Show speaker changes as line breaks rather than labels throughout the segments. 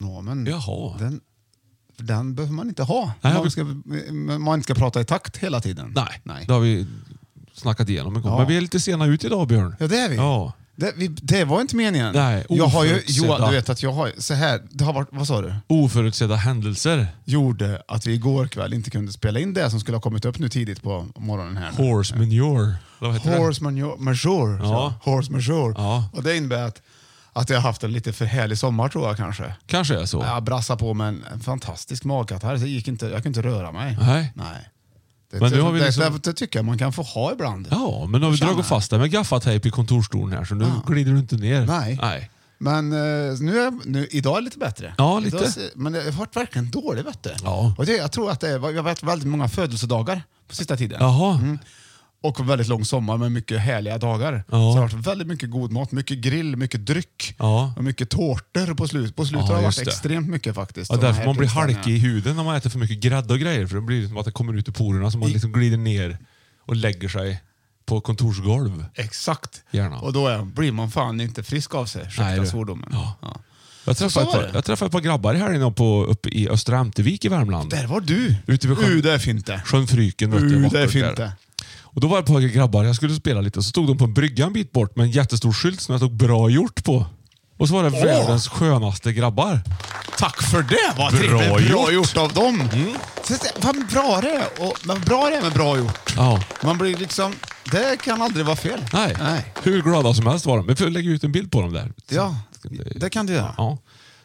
Nomen,
Jaha.
Mm. Den, den behöver man inte ha.
Nej,
man,
vi-
ska, man inte ska prata i takt hela tiden.
Nej,
Nej.
det har vi snackat igenom en gång.
Ja.
Men vi är lite sena ut idag, Björn.
Ja, det är vi.
Ja.
Det, vi, det var inte meningen.
Nej,
jag har ju,
oförutsedda.
jo, du vet att jag har, så här, det har varit, vad sa du?
Oförutsedda händelser.
Gjorde att vi igår kväll inte kunde spela in det som skulle ha kommit upp nu tidigt på morgonen här. nu.
Horse manure. Vad heter det?
Horse manure. Majeure, så.
Ja.
Horse majeure.
Ja.
Och det innebär att, att jag har haft en lite för härlig sommar tror jag kanske.
Kanske är så.
Jag brassade på med en, en fantastisk magkatarr. så det gick inte, jag kunde inte röra mig.
Nej.
Nej. Det,
Men nu
det,
har vi
det,
liksom-
det, det tycker jag man kan få ha ibland.
Ja, men nu har vi
Tjena.
dragit fast dig med gaffatejp i kontorsstolen här, så nu glider du inte ner.
Nej.
Nej.
Men eh, nu är, nu, idag är det lite bättre.
Ja, lite.
Idag ser- men det har varit verkligen dåligt. Vet du.
Ja.
Och det, jag tror att det är, jag har haft väldigt många födelsedagar på sista tiden.
Jaha.
Mm. Och en väldigt lång sommar med mycket härliga dagar.
Ja.
Så det har varit väldigt mycket god mat, mycket grill, mycket dryck
Ja.
och mycket tårtor på slutet. På slutet
Ja,
har det
just
varit
det.
extremt mycket faktiskt.
Ja,
såna
därför
här
man blir
tillställningar.
halkig i huden när man äter för mycket grädde och grejer. För det blir som att det kommer ut i porerna så man liksom glider ner och lägger sig på kontorsgolv.
Exakt.
Gärna.
Och då är, blir man fan inte frisk av sig.
Nej,
Ursäkta
du.
svordomen.
Ja.
Ja.
Jag träffade,
så
ett
var
par,
det.
jag träffade ett par grabbar här inne på, uppe i Östra Ämtervik i Värmland.
Där var du.
Ute vid sjön.
Uh, det är fint det.
Sjön Fryken. vet du,
Uh,
vackert
det är
där.
fint det.
Och då var det ett par grabbar, jag skulle spela lite, och så stod de på en brygga en bit bort med en jättestor skylt som jag tog bra gjort på. Och så var det världens skönaste grabbar.
Tack för det! Vad
Bra
trevligt. bra
gjort.
gjort. av dem. Så, att- vad bra det är. Och, men bra det är med bra gjort.
Ja.
Man blir liksom... Det kan aldrig vara fel.
Nej.
Nej.
Hur glada som helst var de. Vi får lägga ut en bild på dem där.
Ja, det kan du göra.
Ja.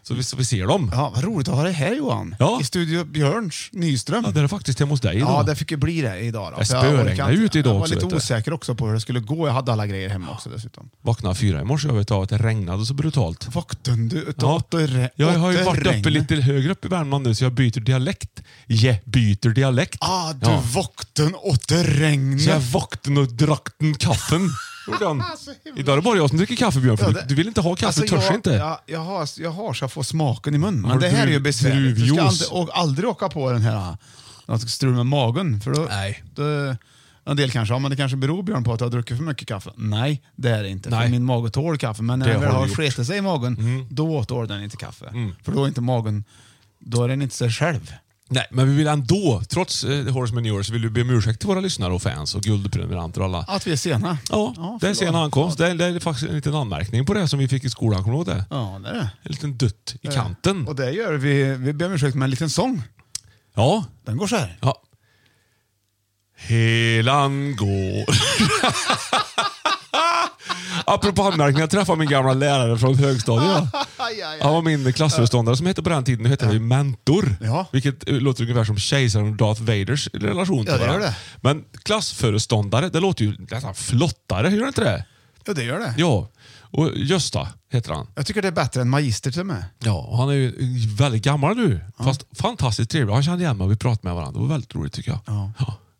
Så vi, så vi ser dem.
Ja, vad roligt att ha dig här Johan.
Ja.
I Studio Björns Nyström.
Ja, det är faktiskt hemma hos dig idag.
Ja, det fick ju bli det idag. Då.
Det
För jag orkar
spöregnade
inte-
ute idag
Jag var
också, vet
lite
du.
osäker också på hur det skulle gå. Jag hade alla grejer hemma också dessutom.
Vaknade fyra i morse över att det regnade så brutalt.
Vakten du utav åt och re-
Jag har ju
åt och
varit
regn.
uppe lite högre upp i Värmland nu så jag byter dialekt. Jag byter dialekt.
Ah, du
Ja.
vakten åt det regnet.
Så jag vakten och drakten kaffen. Gjorde han. Idag är det bara jag som dricker kaffe Björn, för
Alltså, Ja,
du,
det- alltså,
du vill inte ha kaffe, du törs
jag,
inte.
Jag, jag, har, jag har så jag får smaken i munnen.
Har
Men
du
det här är ju
druv-
besvärligt. Du ska
druvjuice?
aldrig, och aldrig åka på den här något strul med magen. För då,
Nej.
Då, en del kanske, ja, men det kanske beror Björn på att jag har druckit för mycket kaffe. Nej, det är det inte.
Nej.
För min mage tål kaffe. Men när
Det
den väl
har du
har
gjort. Mm.
skitit sig i magen, då tål den inte kaffe. För då är inte magen, då är den inte sig själv.
Nej, men vi vill ändå, trots eh, Horace Manure, så vill vi be om ursäkt till våra lyssnare och fans och guldprenumeranter och alla.
Att vi är sena.
Ja, det är
förlåt.
sen ankomst. Det är, det är faktiskt en liten anmärkning på det som vi fick i skolan, kommer du ihåg det?
Ja, det är det.
En liten dutt i kanten.
Och det gör vi, vi ber om ursäkt med en liten sång.
Ja.
Den går så här.
ja. Helan går... Apropå anmärkningar, jag träffade min gamla lärare från högstadiet.
Aj, aj,
Han var min klassföreståndare som hette på den tiden, nu heter han ju mentor.
Ja.
Vilket eh, låter ungefär som kejsaren och Darth Vaders relation till
Ja, det gör
varandra.
det.
Men klassföreståndare, det låter ju nästan flottare, gör det inte det?
Ja, det gör det.
Ja. Och Gösta heter han.
Jag tycker det är bättre än magister till och med.
Ja, och han är ju väldigt gammal nu. Fast fantastiskt trevlig. Han kände igen mig och vi pratade med varandra. Det var väldigt roligt tycker jag.
Ja.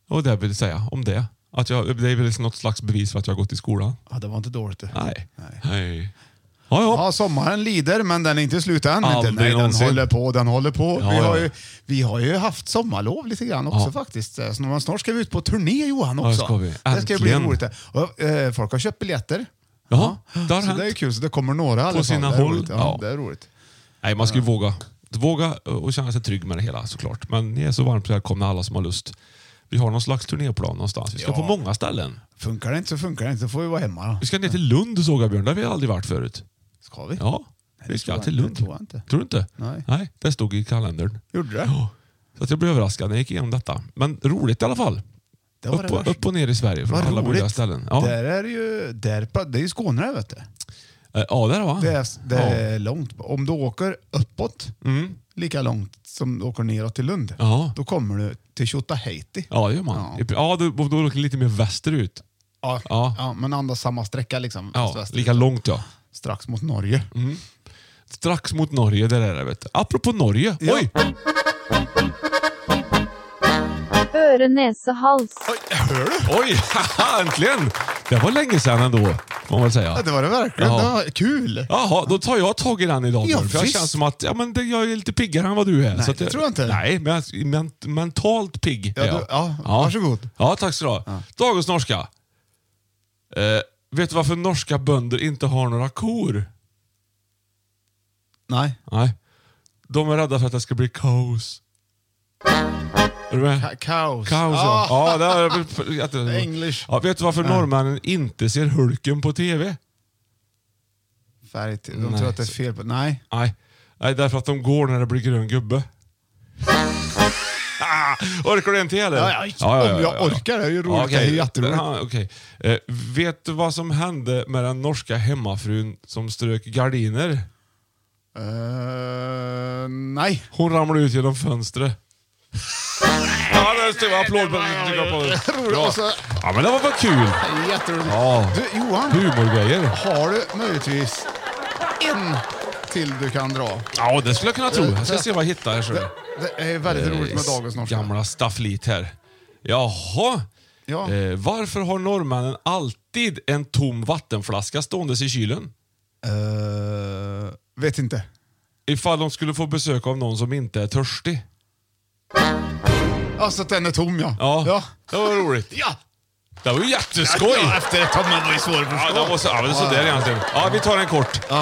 Och det vill jag säga om det. Att jag, det är väl liksom något slags bevis för att jag har gått i skolan.
Ja, det var inte dåligt. det.
Nej.
Nej.
Nej. Ja, ja.
Ja, sommaren lider, men den är inte slut än.
Aldrig
inte. Nej, den
någonsin.
håller på, den håller på.
Ja,
vi, har
ja.
ju, vi har ju haft sommarlov lite grann också
Ja.
faktiskt. Eh, Snart, snart ska vi ut på turné Johan
det
också.
ska vi.
Det ska ju bli
Äntligen.
roligt. det. Och, eh, folk har köpt biljetter.
Jaha, det har
så
hänt.
det är kul, så det kommer några i alla fall.
sina
det är
håll,
Roligt. Ja,
ja.
Det är roligt.
Nej, man ska ju våga. Våga eh, och känna sig trygg med det hela såklart. Men ni är så varmt välkomna alla som har lust. Vi har någon slags turnéplan någonstans. Vi ska
Ja.
på många ställen.
Funkar det inte så funkar det inte, så får vi vara hemma. då.
Vi ska ner till Lund såg jag Björn. Där har vi aldrig varit förut.
Ska vi?
Ja,
Nej,
vi
det tror
ska
jag
till
inte,
Lund.
det tror jag inte.
Tror du inte?
Nej.
Nej, det stod i kalendern.
Gjorde det?
Ja. Så att jag blev överraskad när jag gick igenom detta. Men roligt i alla fall.
Det var
Upp
det
och,
värsta.
upp och ner i Sverige från
Vad
alla
roligt.
möjliga ställen. Ja.
Där är det ju, där, det är ju Skåne där vet du.
Eh, ja, där va?
Det är, det är långt. Om du åker uppåt lika långt som du åker neråt till Lund,
Mm. Ja.
då kommer du till Tjotahejti.
Ja, det gör man. Ja, då, då åker det lite mer västerut.
Ja.
Ja.
Ja. men andas samma sträcka liksom.
Ja,
västerut.
lika Mm. långt ja.
Strax mot Norge.
Strax mot Norge, där är det. Vet du. Apropå Norge.
Ja.
Oj!
Øre, nese, hals.
Oj! haha, Äntligen! Det var länge sedan ändå, får man väl
Ja,
säga.
det var det verkligen.
Ja.
Det var kul!
Jaha, då tar jag tag i den idag.
Ja,
Björn, för jag
visst.
känns som att ja, men det, jag är lite piggare än vad du är.
Nej,
så att
det tror jag inte.
Nej, men jag- men, mentalt pigg
Ja,
är jag.
du- ja, varsågod.
Ja, tack så du ha. Dagens norska. Eh, vet du varför norska bönder inte har några kor?
Nej.
Nej. De är rädda för att det ska bli kaos. Är du med?
Ka- kaos.
Kaos, ja. ja det är, att,
English.
Ja, vet du varför norrmännen inte ser Hulken på TV?
Färg till. De
Nej,
tror att det är fel på... Nej.
Nej. Nej, därför att de går när det blir grön gubbe. Ah, orkar du en till eller?
Ja, ja, om jag orkar, det är ju roligt.
okej.
Det är ju jätteroligt.
Ja, okej. eh, vet du vad som hände med den norska hemmafrun som strök gardiner?
Eh, nej.
Hon ramlade ut genom fönstret. ja, det är en stor applåd. på- tycker jag på.
Och så-
Ja, men det var väl kul.
Jätteroligt.
Ja.
Du, Johan.
Humorgrejer.
Har du möjligtvis en till du kan dra?
Ja, det skulle jag kunna tro. Jag ska se vad jag hittar här. ser du.
Det, det är väldigt roligt med dagens norska.
Eh, Gamla stafflit här. Jaha.
Ja.
Eh, varför har norrmännen alltid en tom vattenflaska ståendes i kylen?
Eh, vet inte.
Ifall de skulle få besök av någon som inte är törstig.
Alltså att den är tom ja.
Ja,
ja.
det var roligt.
ja.
Det var ju jätteskoj!
Ja, efter ett tag man var ju svår att
Ja,
förstå.
det var så, ja, men det är sådär egentligen. Ja, vi tar en kort.
Ja.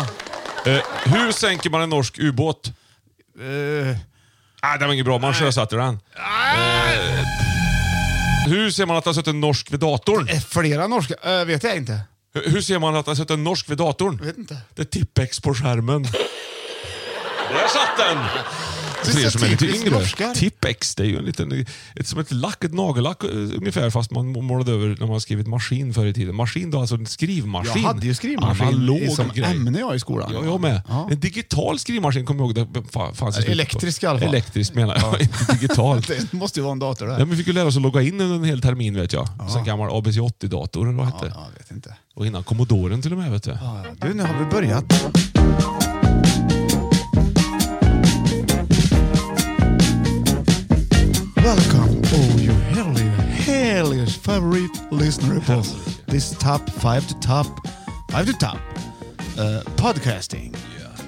Eh, hur sänker man en norsk ubåt?
Eh,
Ah, det var inget bra, man sjösatte den. Eh, hur ser man att det har suttit en norsk vid datorn?
är flera norska? Eh, vet jag inte.
Hur hur ser man att det har suttit en norsk vid datorn?
Vet inte.
Det är Tippex på skärmen. Där satt den! För er som är lite
typiskt
yngre.
norskar.
Tippex, det är ju en liten, ett, som ett lack, ett nagellack eh, ungefär, fast man målade över när man skrivit maskin förr i tiden. Maskin då, alltså en skrivmaskin.
Jag hade ju skrivmaskin
Analog
i- som
grej.
ämne jag i skolan.
Ja, jag med.
Ja.
En digital skrivmaskin kommer jag ihåg. Det fa- fanns ju slut på.
Elektrisk i alla fall.
Elektrisk menar jag, inte digital.
Det måste ju vara en dator
Ja,
där.
men vi fick ju lära oss att logga in under en hel termin vet jag. Så en gammal ABC 80-dator eller vad
Ja,
hette.
jag vet inte.
Och innan Commodoren till och med vet du.
Ja, ja. Du, nu har vi börjat. Welcome, all you hellish, hellish favorite listener of this top five to top, five to top uh, podcasting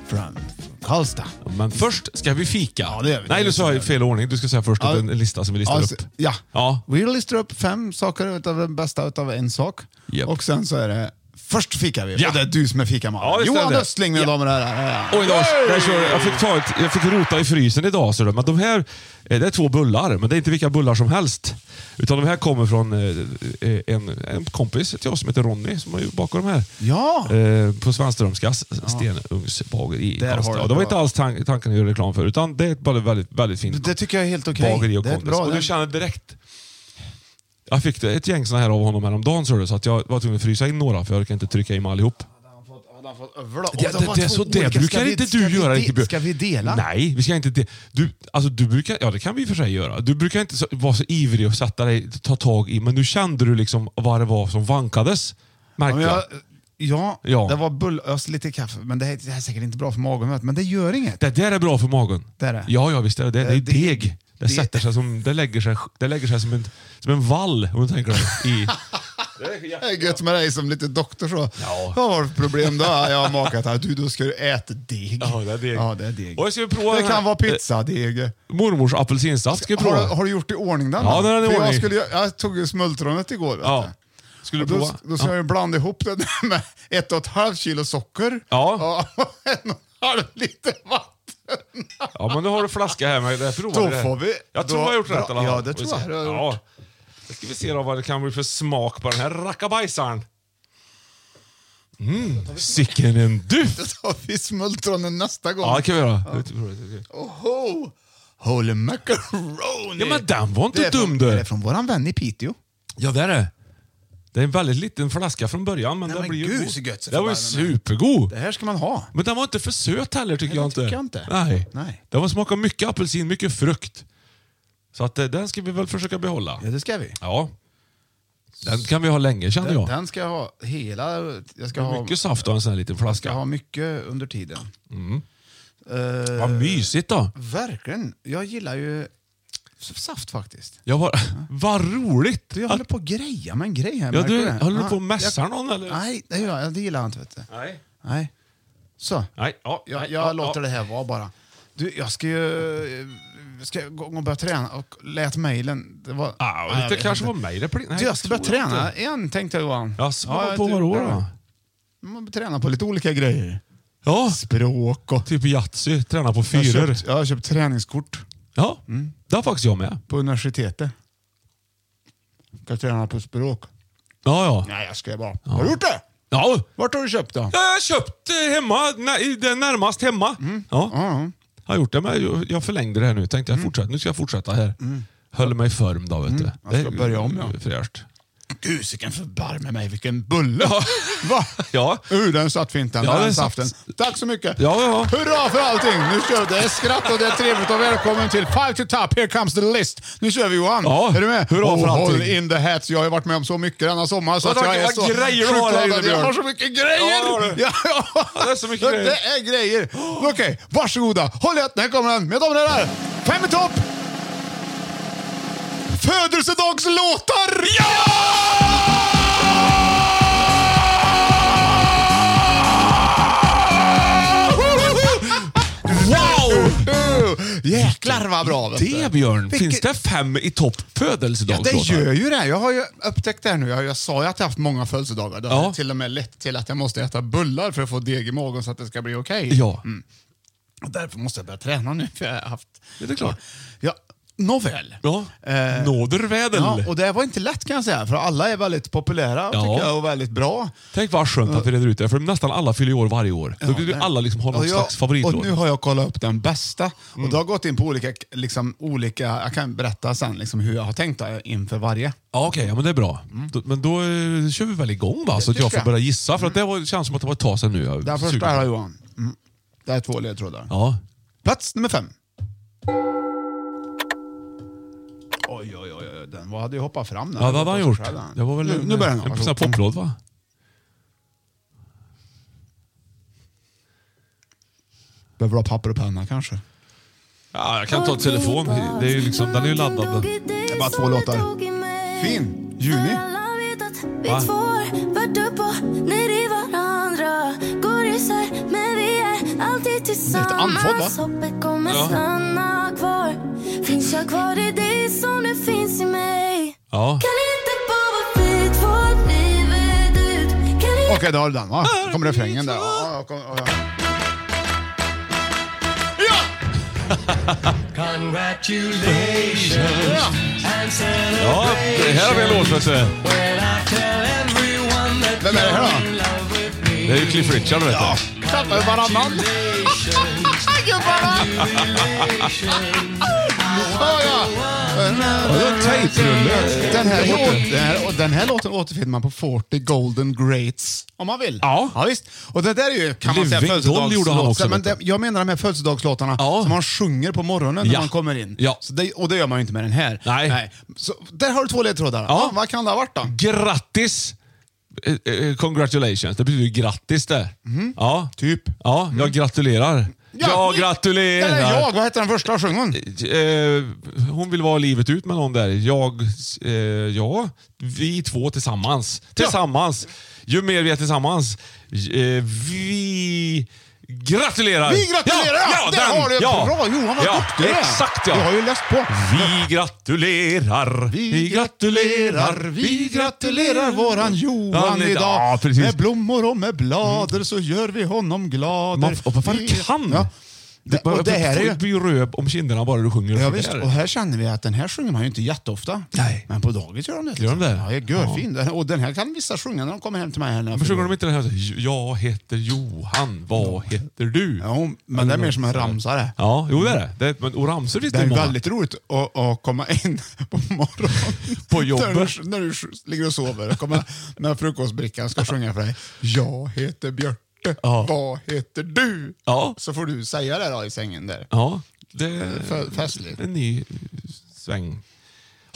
from Karlstad.
Men först ska vi fika.
Ja, det gör vi.
Nej, du sa i fel ordning. Du ska säga först
Ja.
att en lista som vi listar
Alltså,
upp.
ja.
Ja.
vi listar upp fem saker utav det bästa utav en sak.
Japp.
Och sen så är det, först fikar vi
Ja.
och det är du som är fikamannen.
Ja, visst är
Johan
det.
Östling mina damer och herrar.
Oj då, där kör jag. jag, fick ta ett, jag fick rota i frysen idag. Så det, men de här, eh, det är två bullar, men det är inte vilka bullar som helst. Utan de här kommer från eh, eh, en, en kompis till oss som heter Ronny, som har ju bakat de här.
Ja.
Eh, på Svenströmskas stenugnsbageri i
Där har
Karlstad.
du
Och Det var
bra.
inte alls tank, tanken att göra reklam för, utan det är ett väldigt, väldigt, väldigt fint
Det tycker jag är helt okej.
bageri och
Det är
kondis.
bra,
Och du
den-
känner direkt Jag fick det- ett gäng såna här av honom häromdagen så, du, så att jag var tvungen att frysa in några för jag orkade inte trycka i mig allihop.
Hade han fått över då?
Det,
Åh,
det,
de var
det,
två
så det
olika.
brukar
Ska vi-
inte
ska
du
vi
göra.
de-
Inte, Björn.
Ska vi dela?
Nej, vi ska inte dela. Du, alltså, du brukar, ja, det kan vi i och för sig göra. Du brukar inte så, vara så ivrig och sätta dig, ta tag i, men nu kände du liksom vad det var som vankades.
Ja,
Märkte
men jag,
jag.
ja,
Ja.
det var bull, ös lite kaffe, men det här, det här är säkert inte bra för magen. vet du, Men det gör inget.
Det där är bra för magen.
Det är det.
Ja, ja visst är det det. Det är
Eh, det-
deg. Det,
det-
sätter sig som, det lägger sig, det lägger sig som, en, som en vall, om du tänker dig. I, det
Det är gött med dig som lite doktor. Så.
Ja.
Vad har du för problem då? Ja, Jag har makat här. Du, då ska du äta deg.
Ja, det är deg.
Ja, det, är deg.
Och jag ska ju prova
det
den här-
kan vara pizzadeg.
mormors apelsinsaft ska jag
Har,
prova.
du- har du gjort i ordning den?
Ja,
då?
den är i
För Jag,
ordning.
skulle, gö- jag tog ju smultronet igår. vet
ja.
du.
Skulle
Och
du
Då,
prova?
då ska jag ju blanda ihop det där med ett och ett halvt kilo socker
Ja.
och en och en halv liter vatten.
Ja, men nu har du flaska här. Med det här provar
Då
det här.
får vi-
Jag
då-
tror jag har gjort rätt i alla fall.
Ja, det tror jag
Vi ser.
du har
Ja. Nu ska vi se då vad det kan bli för smak på den här rackabajsaren. Mm, sicken en duft!
Då tar vi smultronen nästa gång.
Ja, det kan vi göra.
Oho! Holy macaroni!
Ja, men den var
Det
inte
är från-
dum
Det
du.
är från våran vän i Piteå.
Ja, det är det. Det är en väldigt liten flaska från början, men
Nej,
den
men
blir ju
gud,
god.
så gött så
Den var ju
förbannat.
supergod.
Det här ska man ha.
Men den var inte för söt heller tycker
Nej,
jag
det
inte.
tycker jag inte.
Nej.
Nej.
Den var smakade mycket apelsin, mycket frukt. Så att eh, den ska vi väl försöka behålla.
Ja, det ska vi.
Ja. Den kan vi ha länge känner
Den,
jag.
den ska jag ha hela... Jag ska ha,
Mycket saft och en sån här liten flaska.
ska ha mycket under tiden. Eh,
Vad mysigt då.
verkligen. Jag gillar ju saft faktiskt.
Jag var, vad roligt.
Du, jag håller på att greja med en grej här.
Ja,
märker
du-
det?
håller du
Ja,
på och mässar
jag-
någon, eller?
Nej, det, gör jag, det gillar jag inte. Vet du.
Nej.
Nej. Så.
Nej. Ja,
Jag,
nej,
jag
ja,
låter
ja.
det här vara bara. Du, jag ska ju eh, ska jag gå och börja träna och lät mejlen... Det, var,
Ah,
Nej, jag
det
vet
kanske
inte.
var mig det pling- nej,
Du, jag ska
tror
börja träna
inte.
igen tänkte jag Johan.
Jaså,
jag typ-
på
har inte
vadå
gjort det.
då? Ah.
Man bör träna på lite olika grejer.
Ja,
Språk och...
typ Yatzy, träna på
Jag har,
fyror.
köpt, Mm. jag har köpt träningskort
Ja, det har faktiskt jag med.
på universitetet. Ska träna på språk.
Ja, ja.
Nej, jag ska bara. Har du gjort det?
ja.
Vart har du köpt då?
Jag har köpt eh, hemma, nä- i den närmast hemma.
Mm.
Ja.
Ja,
Jag har gjort det, men jag- jag förlängde det här nu. Tänkte
Mm.
jag fortsätta. Nu ska jag fortsätta här. Höll mig i form då, vet du.
Jag ska
Det är
börja om, ja.
Fräscht.
Gud, vilken förbarme mig, vilken bulle! Va?
Ja.
Uh, den satt fint den,
Ja,
den
den
satt
satt-
den. Tack så mycket!
Ja, ja.
Hurra för allting! Nu kör vi! Det är skratt och det är trevligt och välkommen till Five to Top, here comes the list! Nu kör vi Johan!
Ja.
Är du med? Oh,
Hurra för allting.
Håll in the hats, jag har ju varit med om så mycket denna sommar så
Vad
att jag
tack,
är
vad
så
grejer du
sjukt
har här inne,
laddad. Jag
Björn.
har så mycket grejer!
Ja, det har du.
Ja, ja.
Ja, det är så mycket grejer.
Det är grejer! Okej, varsågoda! Håll i hatten, här kommer den! Med damer och herrar, fem i topp! Födelsedagslåtar!
Wow!
Uh, Jäklar vad bra! vet du.
Det Björn,
Vilken-
finns det fem i topp
Ja, det
födelsedagslåtar?
gör ju det. Jag har ju upptäckt det här nu. Jag, jag sa ju att jag haft många födelsedagar. Det har
Ja.
till och med lett till att jag måste äta bullar för att få deg i magen så att det ska bli okej.
Ja.
Mm. Och Därför måste jag börja träna nu, för jag har haft...
Ja, det är klart.
Ja, nåväl.
Ja.
Eh,
Nådervädel.
Ja, och det var inte lätt kan jag säga, för alla är väldigt populära
Ja.
tycker jag, och väldigt bra.
Tänk vad skönt att vi reder ut det, för nästan alla fyller år varje år. Då vill ju
där.
alla liksom ha någon
Och jag-
slags favoritlåt. Mm.
Och nu har jag kollat upp den bästa. Och då har jag gått in på olika, liksom, olika, jag kan berätta sen liksom, hur jag har tänkt då, inför varje.
Ja, Okej, ja, men det är bra.
Mm.
Då, men då eh, kör vi väl igång va, så att jag
tycker
får
jag. Mm.
börja gissa. För att det var, känns som att det var ett tag sedan nu. Jag är sugen
Den
på-
första här Johan. Mm. Det är två ledtrådar.
Ja.
Plats nummer fem. Oj, oj, oj, oj, den var- hade ju hoppat fram. Den
ja, vad hade han gjort?
Det
Det var väl
nu,
en,
nu börjar
en,
den.
sån här poplåt va?
Behöver du ha papper och penna kanske?
Ja, jag kan ta telefon. Det är ju liksom, den är ju laddad.
Det
är bara två låtar. Fin! Juni.
Vi
Va?
två har varit upp och ner i varandra Går isär, men vi är alltid
andfådd,
tillsammans
va?
Hoppet kommer
Ja.
stanna kvar Finns jag kvar i dig som du finns i mig
Ja.
Kan inte bara vara vi två livet ut Kan inte
Okej, då har du den va? Då kommer refrängen där. Ja, ja, kom, ja, ja.
ja, det här har vi en låt vet du.
Vem är det här då?
Det är ju Cliff Richard vet du. Ja.
Tappar ju varannan. Gubbarna! Ja, ja.
Ja, det var en tejprulle.
Den här, låten, den, här, och den här låten återfinner man på 40 Golden Greats, om man vill.
Ja.
visst. Och det där är ju, kan man säga,
Living Doll gjorde han också,
födelsedagslåtar. Men
vet du.
det, jag menar de här födelsedagslåtarna
Ja.
som man sjunger på morgonen när
Ja.
man kommer in.
Ja.
Så det, och det gör man ju inte med den här.
Nej.
Så, där har du två ledtrådar. Ja, vad kan det ha varit då?
Grattis! Eh, eh, Congratulations. Det betyder ju grattis där. Ja.
Typ.
Ja, jag gratulerar. jag
ni-
gratulerar!
Eller jag, vad heter den första? Sjöng hon?
Eh, hon vill vara livet ut med någon där. Jag, eh, ja, vi två tillsammans. Tillsammans. Ju mer vi är tillsammans. Eh, vi gratulerar!
Vi gratulerar!
Ja, ja,
Där
den,
har du!
ja.
Bra Johan, vad
ja,
duktig du är!
Exakt ja!
Du har ju läst på.
Vi gratulerar, vi gratulerar,
vi gratulerar våran Johan idag.
Ja, precis. Mm.
Med blommor och med blader så gör vi honom glad.
Man, och vad fan
Vi-
kan!
Ja. Det, och det här är
ju...
ju...
blir röd om kinderna bara du sjunger.
Ja,
så
visst.
där.
Och här känner vi att den här sjunger man ju inte jätteofta.
Nej.
Men på dagis gör de det.
Gör de det?
Ja, det är görfin. Och den här kan vissa sjunga när de kommer hem till mig. Här när jag
Men sjunger
fyller
de inte den här så här, Jag heter Johan, vad heter du?
Jo, men det är mer som en ramsare.
Ja, jo det är det. det är, men, och ramsor finns
Det
det
är
ju
ju
många.
väldigt roligt att, att komma in på morgonen.
På jobbet.
När du, när du ligger och sover. Komma, när frukostbrickan ska sjunga för dig. Jag heter Björte.
Ja.
Vad heter du?
Ja.
Så får du säga det då i sängen där.
Ja, det är
F- festligt.
en ny sväng.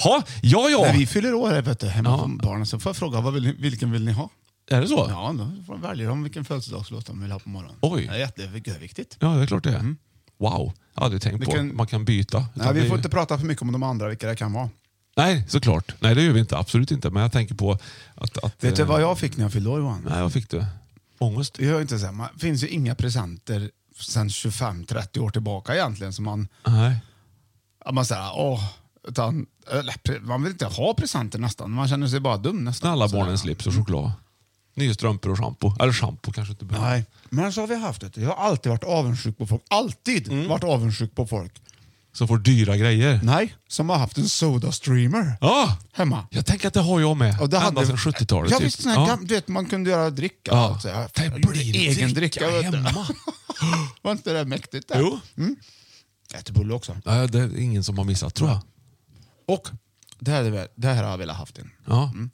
Ha, ja, ja.
När vi fyller år här vet du, hemma
Ja.
på barnen så får jag fråga vad vill, ni- vilken vill ni ha?
Är det så?
Ja, då får de välja om vilken födelsedagslåt de vill ha på morgonen.
Oj.
Det är jätteviktigt.
Ja, det är klart det är. Wow, jag hade tänkt på.
Vilken-
Man kan byta.
Mm. Nej,
Utan
vi
det är
får
ju-
inte prata för mycket om de andra, vilka det kan vara.
Nej, såklart. Nej, det gör vi inte. Absolut inte. Men jag tänker på att... att
Vet du
eh,
vad jag fick när jag fyllde år Johan?
Nej, vad fick du? Ångest?
Det gör inte så här. Man, finns ju inga presenter sedan 25-30 år tillbaka egentligen som man,
Nej.
att man säger åh, utan, eller, pre- man vill inte ha presenter nästan. Man känner sig bara dum nästan.
Snälla
Så
barnen
där.
slips och choklad. Nya strumpor och schampo. Eller schampo kanske inte behöver.
Nej, men så har vi haft det. Jag har alltid varit avundsjuk på folk. Alltid
Mm.
varit avundsjuk på folk.
Som får dyra grejer.
Nej, som har haft en soda streamer
Ja!
hemma.
Jag tänker att det har jag med.
Och det
Ända
hade-
sedan 70-talet.
Ja,
typ.
visst, sån här
Ja.
gam- du vet, man kunde göra dricka.
Ja.
Så här,
Det
jag
blir
gjorde egen dricka. vet du.
hemma.
Var inte det mäktigt? Där?
Jo.
Ätebulle också.
Nej, det är ingen som har missat tror jag.
Och det här, är väl- det här har jag velat haft en.
Ja.
Mm.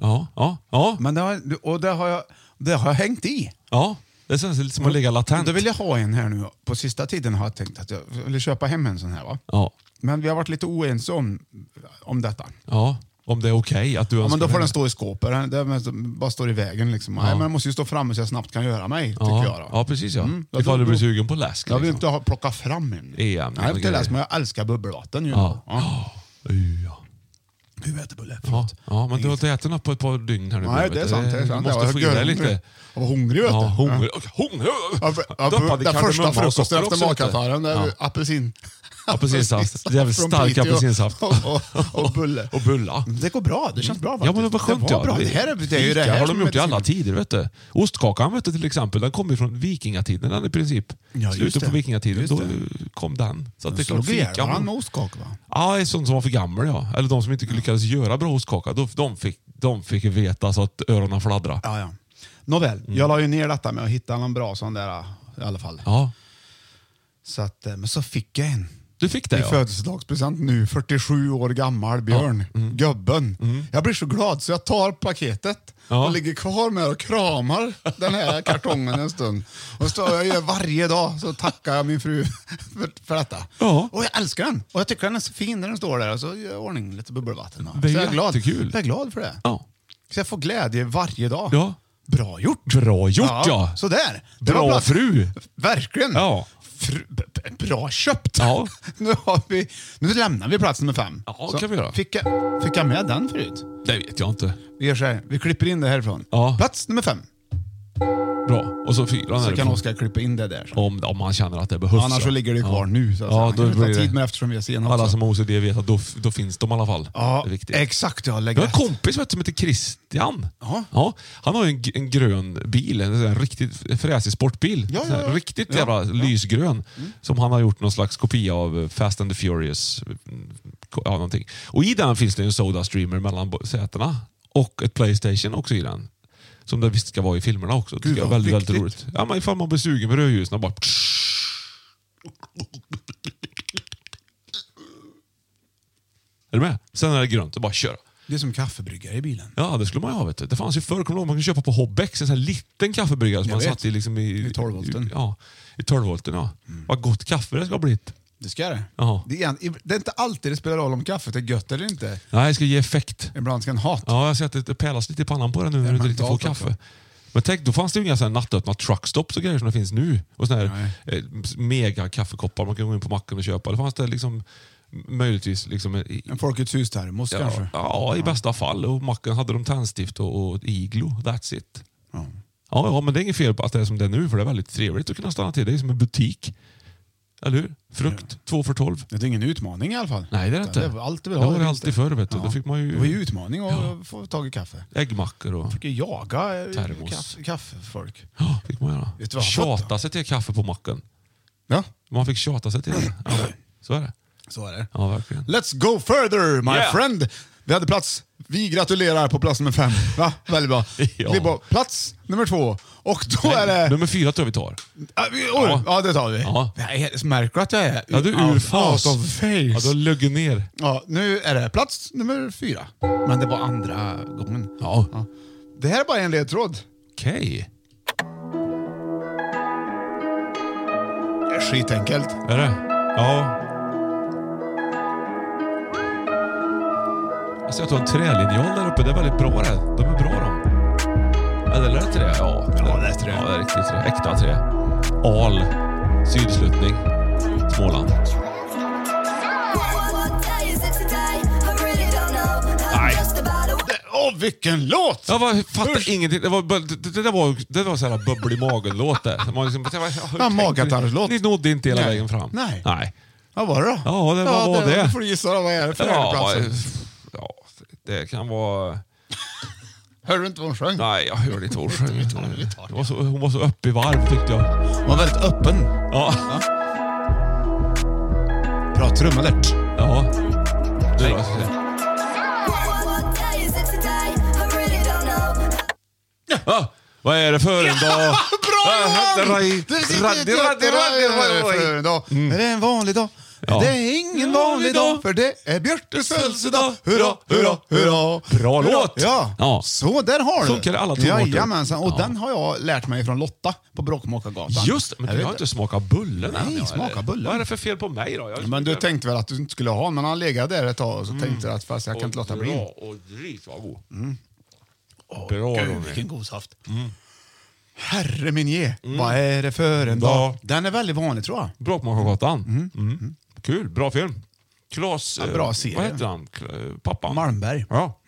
Ja, ja, ja,
Men det har, och det har, jag, det har jag hängt i.
ja. Det känns lite som att ligga latent.
Då vill jag ha en här nu. På sista tiden har jag tänkt att jag vill köpa hem en sån här. Va?
Ja,
Men vi har varit lite oense om, om detta.
ja. Om det är okej att du
Ja, men då får
mig
den stå i skåpet. Den, den bara står i vägen. Liksom. Nej, men den måste ju stå framme så jag snabbt kan göra mig. Tycker
ja.
jag, då.
ja, precis ja.
Mm. Ja,
Ifall
då-
du blir
då-
sugen på läsk.
Jag vill
liksom.
inte ha, plocka fram en.
EM
Nej,
och
inte läst,
grejer.
men jag älskar bubbelvatten. Ju.
Ja.
Ja.
Uh, ja.
Huvätebulle,
Ja,
förlåt.
ja, men du har inte ätit något på ett par dygn här nu.
Nej,
vet
det är
du.
sant. Det är sant.
Du måste
jag
få i dig
görhungrig.
lite.
Jag var hungrig vet du.
Ja,
Ja.
hungrig. Hungrig!
Ja, för- ja,
Doppad i
Den första
kardemumma och socker
frukosten efter
också, vet du.
magkatarren, det är
Ja.
ju apelsin.
Apelsinsaft. Jävligt
Från
stark
Piteå.
apelsinsaft.
Och, och, och bulle.
Och bulla.
Det går bra, det känns bra
Ja
faktiskt.
men det var skönt
Mm. det var bra. Det här är det, är ju det
Lika
här
har
som
de gjort i
medicin.
alla tider. Vet du. Ostkakan vet du, till exempel, den kommer ju från vikingatiden den, i princip.
Ja, just
Slutet
det.
på vikingatiden,
Just
då
det.
kom den. Så att det är klart,
Slog ihjäl varandra med
fika...
ostkaka va?
Ja, det är sånt som var för gammal ja. Eller de som inte lyckades göra bra ostkaka, då- de fick, de fick ju veta så att öronen fladdrade.
Ja, ja. Nåväl,
Mm.
jag la ju ner detta med att hitta någon bra sån där i alla fall.
Ja,
Så att, eh, men så fick jag en.
du fick det
I
ja.
födelsedagspresent nu, 47 år gammal Björn,
mm.
gubben. Jag blir så glad så jag tar paketet
Ja.
och ligger kvar med och kramar den här kartongen en stund. Och så jag gör varje dag så tackar jag min fru för, för detta.
Ja.
Och jag älskar den. Och jag tycker den är så fin när den står där. Och så gör jag i ordning lite bubbelvatten. då.
Det är
så jag glad.
jättekul.
Jag är glad för det.
ja.
Så jag får glädje varje dag.
Ja.
Bra gjort.
Bra gjort ja!
Sådär. Det var
Bra fru!
Verkligen.
Ja.
Fr- b- b- bra köpt.
Ja.
nu, har vi, nu lämnar vi plats nummer fem.
Ja, kan vi göra.
Fick jag, fick jag med den förut?
Det vet jag inte.
Vi gör så här, vi klipper in det härifrån.
Ja.
Plats nummer fem.
Bra. Och så fyran
Så kan
härifrån.
Oskar klippa in det där.
om, om man känner att det behövs.
Annars
ja.
så ligger det kvar nu. Så att säga.
ja, då
Man kan ju ta
blir det.
tid med eftersom vi är sena
Alla
också.
som har OCD vet att då, f- då finns de i alla fall.
Ja,
det är viktigt.
exakt. Ja, lägg
Jag har
rätt.
en kompis vet, du, som heter Christian.
Ja.
han har ju en, g- en grön bil, en, sån här riktigt fräsig sportbil.
Ja,
Sån här
ja, ja.
Riktigt
Ja, Mm.
jävla lysgrön. Som han har gjort någon slags kopia av eh, Fast and the Furious. mm, ko- Ja, någonting. Och I den finns det en Soda Streamer mellan bo- sätena. Och ett Playstation också i den. Som det visst ska vara i filmerna också. Det tycker jag är
vad
väldigt, väldigt
viktigt.
roligt. Ja, men ifall man blir sugen på rödljusen och bara... Är du med? Sen är det grönt, det är bara att köra.
Det är som kaffebryggare i bilen.
Ja, det skulle man ju ha. Vet du. Det fanns ju förr, kommer du ihåg, man kunde köpa på Hobbex, en sån här liten kaffebryggare som
Jag
man
vet.
satt i. Liksom i,
I Mm. 12-volten.
i- Ja, i 12-volten. Ja. Vad gott kaffe det ska ha blivit.
Det ska det.
Jaha.
Det är, en- det är inte alltid det spelar roll om kaffet är gött eller inte.
Nej, det ska ge effekt.
Ibland ska en ha det.
Ja, jag ser att det- det pälas lite i pannan på den nu när
Det är
du inte riktigt får
mentalt
kaffe.
också.
Men tänk, då fanns det ju inga sådana nattöppna truckstops och grejer som det finns nu. Och sådana här eh, mega kaffekoppar man kan gå in på macken och köpa. Det fanns det liksom möjligtvis liksom, i,
En Folkets hus-termos
ja,
kanske.
ja, i bästa fall. Och macken hade de tändstift och, och iglo. That's it.
Ja.
Ja, ja, men det är inget fel på att det är som det är nu, för det är väldigt trevligt att kunna stanna till. Det är som en butik. Eller hur? Frukt, två för tolv.
Det är ingen utmaning i alla fall.
Nej, det är det inte.
Det var alltid väl
Det var
ha,
det
finns
alltid förr, vet du. Då fick man ju- Mm.
Det var ju utmaning att
Ja.
få tag i kaffe.
Äggmackor och...
fick ju jaga eh,
Termos.
kaff- kaffefolk.
Ja, fick man göra.
Vet du vad jag har fått
Tjata sig till kaffe på macken.
Ja,
Man fick tjata sig till det. Ja, så är det.
så är det.
Ja, verkligen.
Let's go further my
Yeah.
friend. Vi hade plats. Vi gratulerar på plats nummer fem. Va? Väldigt bra.
Ja.
Vi bara, plats nummer två. Och då är det...
Nummer fyra tror jag vi tar.
Ja, vi-
Ja.
Oj, ja, det tar vi.
Ja.
Det här är- Märker du att jag är
Ja, du är ur
out-
fas.
out of face?
Ja,
Ja,
du har luggit ner.
nu är det plats nummer fyra. Men det var andra gången.
Ja.
Det här är bara en ledtråd.
Okej.
Det är Skitenkelt.
Är det? Ja. Alltså jag tror en trälinjal där uppe, det är väldigt bra det. De är bra de. Eller är det trä? Ja,
Ja, det är trä.
Ja, det är riktigt trä. Äkta trä. Al. Sydslutning. Småland.
Åh, vilken låt!
Jag var, fattade
Usch.
ingenting. Det, var, bara- det, det, där var, det var så här bubbel i magen-låt det. Man liksom, det var,
Ja, magkatarrlåt.
Ni nådde inte hela
Nej.
vägen fram.
Nej.
Nej.
Vad var det då?
Ja, det- vad var det?
Du får gissa då, vad är det för
Ja,
platsen?
ja, det kan vara...
Hörde du inte vad hon sjöng?
Nej, jag hörde inte vad hon sjöng.
Vi tar det, vi tar det.
Hon var så- Hon var så uppe i varv tyckte jag.
Hon var väldigt öppen.
Ja.
Bra trumma där.
ja. Det var så- Ja, Vad är det för en dag?
Bra Johan!
Raddi,
Det sitter
raddi,
ett
raddi,
jätte-
raddi,
för en dag. Är det en vanlig dag?
Mm. Ja.
Det är ingen vanlig dag, för det är Björtes födelsedag. Hurra, hurra, hurra.
Bra
hurra.
låt.
Ja.
Ja.
så där har du.
Funkar i alla tonarter.
Jajamensan, och
Ja.
den har jag lärt mig från Lotta på Bråkmakargatan.
Just det, men
Jag
du
vet
har inte smakat bullen än.
Nej,
jag,
smaka
eller?
bullen.
Vad är det för fel på mig då? Jag
Men du tänkte väl att du inte skulle ha men han legat där ett tag och så tänkte du att fast jag kan inte låta bli.
Mm.
Mm.
Bra och drit vad god. Bra
Gud,
Ronny. Mm.
vilken god saft. Herre min ge, vad är det för en dag?
Ja.
Den är väldigt vanlig tror jag.
Bråkmakargatan. Mm. Kul, bra film. Klas... eh,
bra serie.
Vad heter han? Kla- eh, Pappan?
Malmberg. Mm.
Ja.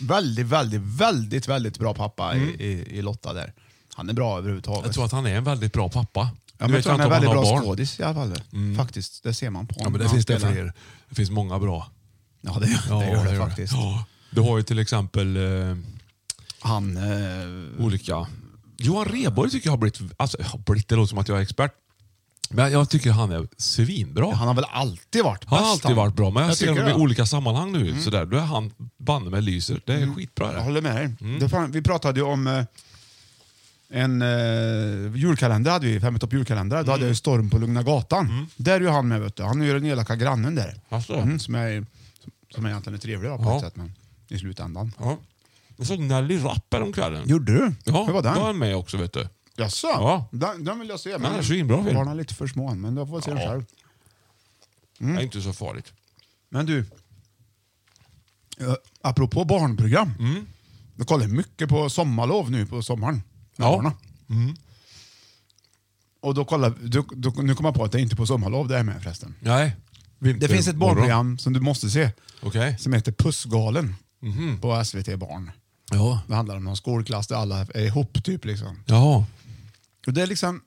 Väldigt, väldigt, väldigt, väldigt bra pappa i, i, i Lotta där. Han är bra överhuvudtaget.
Mm. Jag tror att han är en väldigt bra pappa.
ja,
Nu
men jag
vet
tror
jag
han är
inte
väldigt
om
bra
har barn. Mm.
skådis i alla fall. Faktiskt, det ser man på honom.
Ja, men det
när han
finns det
spelar.
fler. Det finns många bra.
Ja, det,
Ja,
det gör det faktiskt.
Ja. Du har ju till exempel eh,
Han... Eh,
olika... Johan Rheborg tycker jag har blivit... Alltså, har blivit, det låter som att jag är expert. Men jag tycker han är svinbra.
han har väl alltid varit bäst?
Han har alltid varit bra, men jag, ser
tycker
honom i
det. Mm.
olika sammanhang nu. Sådär. Då är han banne med lyser. Det är skitbra
Jag
det.
håller med dig.
Mm.
Det fan, vi pratade ju om eh, en eh, julkalender, hade vi, Fem i topp julkalender. Då hade
Mm.
jag ju Storm på Lugna Gatan. Där är ju han med. Vet du. Han är ju den elaka grannen där.
Asså?
Mm, som, är, som är egentligen är trevlig då, på
Alltså. Ja.
ett sätt, men i slutändan.
Ja. Jag såg Nelly Rapp häromkvällen.
Gjorde du?
Ja,
Hur var
Då är
den?
han med också vet du.
Jaså?
Ja.
Den, den vill jag se.
den är svinbra film.
Barnen är lite för små, men jag får se den
Ja.
själv. Mm.
Det är inte så farligt.
Men du, eh, apropå barnprogram. Mm. Jag kollar mycket på sommarlov nu på sommaren. med
Ja.
barnen. Och då kollar, då, då, nu kommer jag på att det är inte på sommarlov det är med förresten.
Nej.
Det
Vinter-
finns ett barnprogram som du måste se
Okej.
som heter Pussgalen på SVT Barn.
Ja.
Det handlar om någon skolklass där alla är ihop typ. Liksom.
Ja.
Och det är liksom...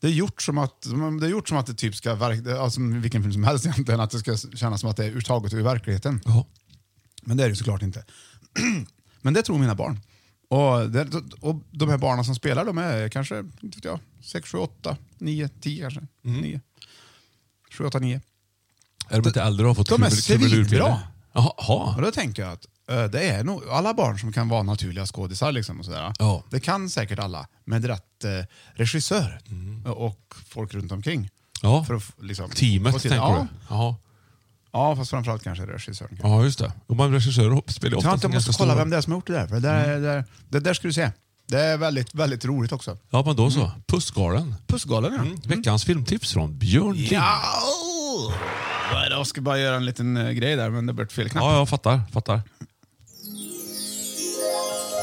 Det är, gjort som att, det är gjort som att det typ ska, verk- alltså vilken film som helst egentligen, att det ska kännas som att det är uttaget ur verkligheten.
ja.
Men det är det ju såklart inte. Men det tror mina barn. Och, det, och de här barnen som spelar, de är kanske, inte vet jag, 6, 7, 8, 9, 10 kanske.
Mm.
9. 7, 8, 9.
Är de inte äldre och har fått
De är
krubbel- krubbelur till
svinbra.
det? Jaha.
Och då tänker jag att eh, det är nog alla barn som kan vara naturliga skådisar. Liksom och sådär.
Ja.
Det kan säkert alla med rätt eh, regissör och folk runt omkring.
Mm. Ja.
För att, f- liksom,
Teamet
få till-
tänker
ja.
du? Jaha.
Ja, fast framförallt kanske regissören. Kanske.
Ja, just det. Och man regissörer spelar
Jag
ofta
tror inte jag måste kolla vem det är som har gjort det där. För det, där,
Mm.
det, där, det där ska du se. Det är väldigt, väldigt roligt också.
Ja, men då så. Pussgalen.
Mm. Pussgalen, ja.
Mm. Veckans filmtips från Björn Lind.
Ja! Ja, Jag ska bara göra en liten eh, grej där, men det blev fel knapp.
ja, jag fattar. fattar.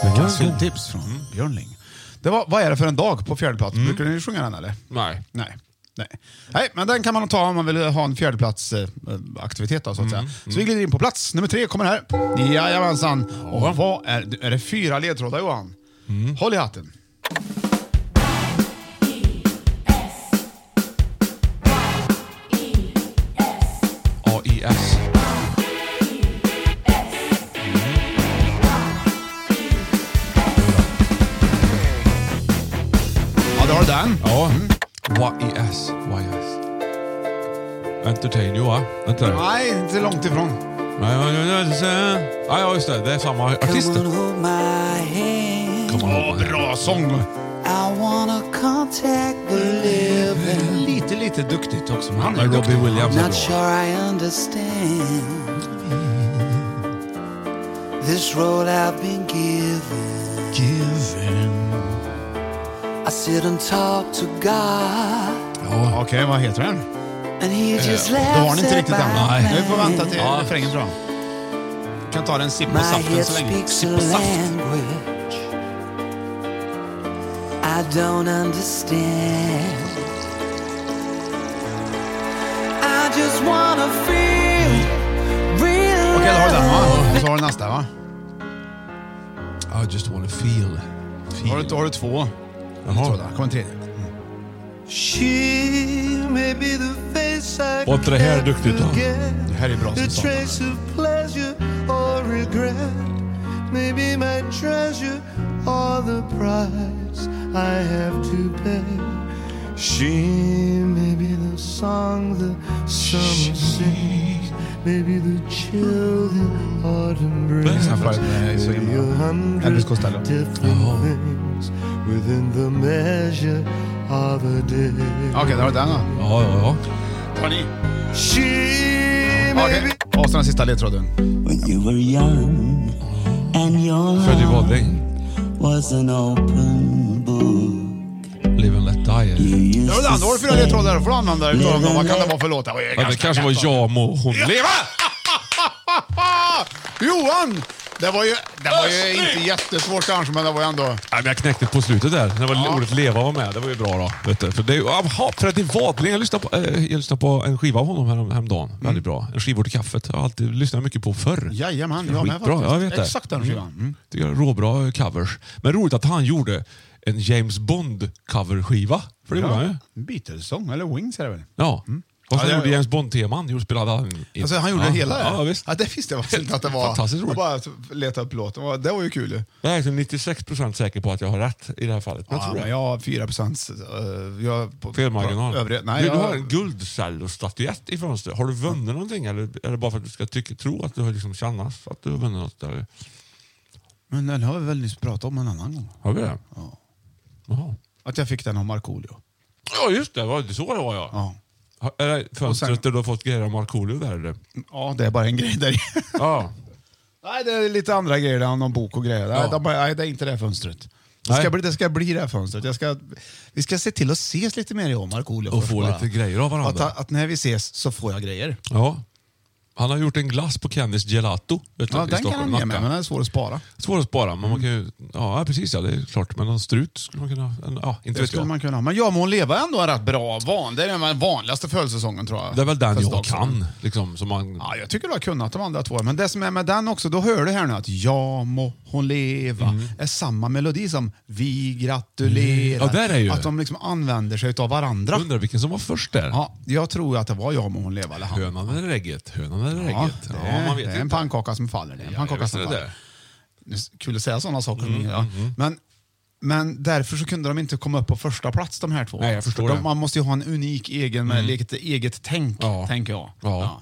Veckans filmtips från Björnling. Det var, vad är det för en dag på fjärdeplats? Brukar ni sjunga den eller?
Nej.
Nej. Nej. Nej, men den kan man ta om man vill ha en fjärdeplatsaktivitet. då, så, att säga. så vi glider in på plats nummer tre. kommer här. Jajamensan. Och vad är, är det fyra ledtrådar Johan? Håll i hatten.
AIS.
Ja, du har den.
Ja.
Mm.
YES. YES. Entertain you, va? Vänta där.
Nej, inte långt ifrån.
Nej, ja, ja, ja, just det. Ja, ja, just det. Det är samma artist. Come on,
Åh,
hold my hand.
bra sång.
Lite, lite duktigt också.
Han är Robbie Williams är bra.
I understand this road I've been given. I sit and talk to God,
Okej, vad heter den?
and He just
Eh, Då har
laughs
ni inte
at
riktigt den.
my
Nej. Nu får vi vänta till
Ja.
refrängen tror jag. Kan ta den sipp på
My
saften
head
så länge.
speaks a
Sipp på saft.
language I don't understand. I just wanna feel real.
Okej, då har du den va? Och så har du nästa va?
I just wanna feel.
Då har du, då har du två ledtrådar. Kommer en tredje.
She may be the face I
Var inte det här duktigt då?
Det här är bra som
A
satan.
trace of pleasure or regret. Maybe my treasure or the price I have to pay. She may be the song the summer sings. Maybe the chill the autumn
Det är
brings.
så här för-
Det är så
A
himla...
hundred
Elvis Costello.
different things within the measure of a day.
Okej, då har du den då.
Ja, ja, ja.
Tar ni?
She may
Okej. Och så den sista ledtråden.
When you were young and your
Freddie Wadling.
was an open book.
Live and let die.
Då har du den. Då har du fyra ledtrådar. Då får du använda dig av dem. Vad kan det vara för låt? var ju
Ja, det
ganska
kanske
lätt,
var
alltså.
jag må hon leva.
Johan! Det var ju, det var ju inte jättesvårt kanske, men det var ju ändå...
Nej, men jag knäckte på slutet där. När det var ordet leva var med. Det var ju bra då. Vet du. För det är ju, aha, Freddie Wadling. Jag lyssnade, på, eh, jag lyssnade på en skiva av honom härom, häromdagen.
Mm.
Väldigt bra. En skivor till kaffet. Jag har alltid lyssnat mycket på förr.
Jajamän, jag med
Skitbra,
faktiskt.
jag vet det.
Exakt den skivan. Mm.
Tycker jag, råbra covers. Men roligt att han gjorde en James Bond-coverskiva. För det gjorde han ju.
Beatles-sång, eller Wings är det väl?
Ja. Fast
Mm. Ja, det-
han gjorde James Bond-teman. Jo, Spelade han in.
Alltså, han gjorde
ja.
hela det?
Ja, visst.
Ja, det visste jag faktiskt inte att det var.
Fantastiskt roligt.
Jag bara letade upp låten. Och Det var ju kul. ju.
Jag är till 96% säker på att jag har rätt i det här fallet. Jag
Ja,
tror
men
det.
jag har 4 procents... Uh, jag, på,
Felmarginal.
på Övriga, nej,
du,
jag,
du har en guldcellostatyett i fönstret. Har du vunnit någonting eller är det bara för att du ska tycka, tro att du har liksom kännas att du har vunnit något? Eller?
men den har vi väl nyss pratat om en annan gång?
Har vi det?
Ja.
Jaha.
Att jag fick den av Markoolio.
Ja, just det. Var det så det var ja.
Ja.
Ha- Är det fönstret
Och sen-
där du har fått grejer av Markoolio där eller?
ja, det är bara en grej där i.
Ja.
Nej, det är lite andra grejer. där, Någon bok och grejer. Nej,
Ja.
de bara, nej, det är inte det här fönstret. Det
Nej.
ska, bli, det ska bli det här fönstret. Jag ska, vi ska se till att ses lite mer i år, Markoolio.
Och
först
få
bara.
lite grejer av
Att,
varandra.
att när vi ses så får jag grejer.
Ja. Han har gjort en glass på Kennys Gelato vet du,
Ja,
i
den kan
Stockholm.
han ge mig,
Nacka.
men den är svår att spara.
Svår att spara, men
Mm.
man kan ju... Ja, precis. Ja, det är klart. Men någon strut skulle man kunna... En, ja, inte
Det
vet
skulle
jag.
man kunna ha. Men jag må leva ändå en rätt bra van. Det är den vanligaste födelsesäsongen tror jag.
Det är väl den jag
Födelsedagssäsongen.
kan. Liksom, som man,
Ja, jag tycker du har kunnat de andra två. Men det som är med den också, då hör du här nu att Ja må hon leva
Mm.
är samma melodi som Vi gratulerar.
Mm. Ja, där är ju.
Att de liksom använder sig av varandra.
Undrar vilken som var först där.
Ja, jag tror ju att det var Ja må hon leva eller han.
Hönan eller ägget? Hönan eller
Ja,
ägget?
det
Ja,
är,
man vet
det är
inte.
en pannkaka som faller. Det är en pannkaka
visst är
som
det
faller.
det.
Det är kul att säga sådana saker.
Mm,
ja. men, men därför så kunde de inte komma upp på första plats de här två.
Nej, jag förstår
För
det.
de,
Mm.
Man måste ju ha en unik egen med lite eget tänk,
Ja.
tänker jag.
Ja.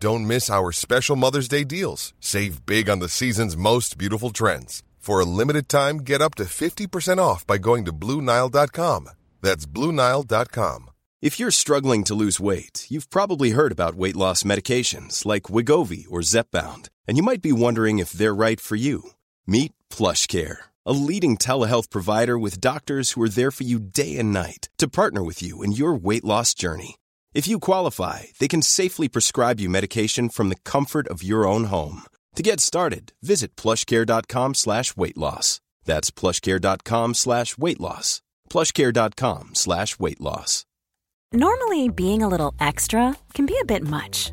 Don't miss our special Mother's Day deals. Save big on the season's most beautiful trends. For a limited time, get up to 50% off by going to BlueNile.com. That's BlueNile.com.
If you're struggling to lose weight, you've probably heard about weight loss medications like Wigovi or Zepbound, and you might be wondering if they're right for you. Meet PlushCare, a leading telehealth provider with doctors who are there for you day and night to partner with you in your weight loss journey. If you qualify, they can safely prescribe you medication from the comfort of your own home. To get started, visit plushcare.com slash weight loss. That's plushcare.com slash weight loss. Plushcare.com slash weight loss.
Normally, being a little extra can be a bit much,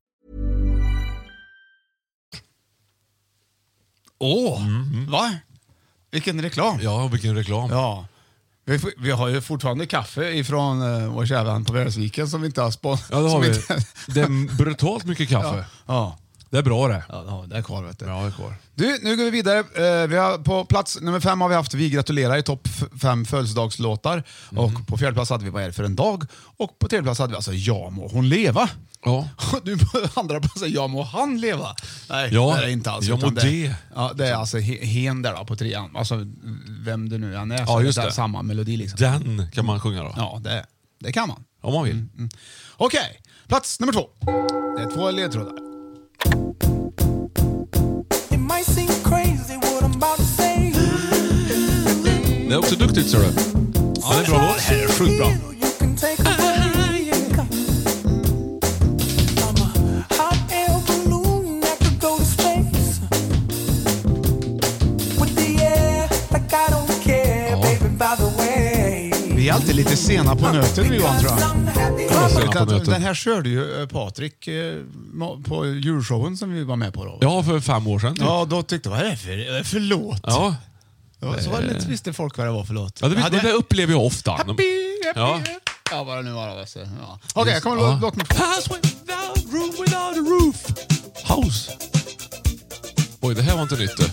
Åh, va? Vilken reklam.
Mm, Ja, vilken reklam.
Ja. Vi, får- vi har ju fortfarande kaffe ifrån eh, vår kära vän på Världsviken som vi inte har sponsrat.
Ja, det har vi. Det är brutalt mycket kaffe.
Ja. ja.
Det är bra det.
Ja, det har- det är kvar vet du.
Ja, det är kvar.
Du, nu går vi vidare. Eh, vi har, på plats nummer fem har vi haft Vi gratulerar i topp f- fem födelsedagslåtar.
Mm.
Och på fjärde plats hade vi Vad är det för en dag? Och på tredje plats hade vi alltså Ja må hon leva.
Ja.
Och nu på andra plats är Ja må han leva. Nej,
Ja,
det är det inte alls.
Ja må
utan
det.
Ja, det är alltså he- hen där då på trean. Alltså vem det nu än är. så
Ja,
är
just
där
det.
Samma melodi liksom.
Den kan man sjunga då.
Ja, Mm, det, det kan man.
Om man vill.
Okej, plats nummer två. Det är två ledtrådar.
It might seem crazy what I'm about to say.
Det är också duktigt ser du. Ja, det är en bra låt.
Det här är
sjukt bra.
You can take a I'm a hot air balloon that could go to space. With the air, like I don't care, baby, by the way.
Vi är alltid lite sena på nöten nu Johan tror jag.
Sena på nöten.
Den här körde ju eh, Patrik eh, ma- på julshowen som vi var med på då.
Ja, för fem år sedan. typ.
Ja, då tyckte jag, vad är det för, vad är det för låt?
Ja. eh.
Ja, så var det lite, visste folk vad det var för låt.
Ja, det,
Jag
vet-
hade-
det där upplever jag ofta.
Happy, happy.
Ja.
Ja, vad det nu var då. vet du. Ja. Okej, jag kommer
Ja.
ihåg dock med...
House without room without a roof. House. Oj, det här var inte nytt du.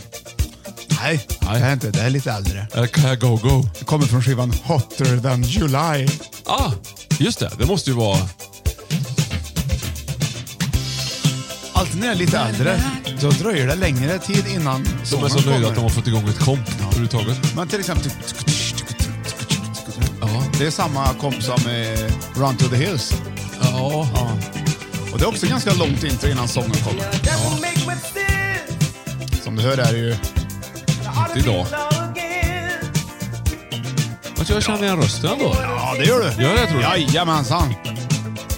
Nej, det här är inte. Det här är lite äldre.
Eller Can I go go?
Det kommer från skivan Hotter than July.
Ah, just det. Det måste ju vara...
Alltid när jag är lite äldre, då dröjer det längre tid innan
De är
sommaren
så nöjda att de
kommer.
har fått igång ett komp överhuvudtaget.
Men till exempel... Det är samma komp som eh, Run to the Hills.
Ja.
Och det är också ganska långt intro innan sången kommer.
That make me feel
Som du hör är det ju...
Inte idag.
love again.
Men jag känner igen rösten ändå.
Ja, det gör du.
Gör jag, tror jag.
Jajamensan.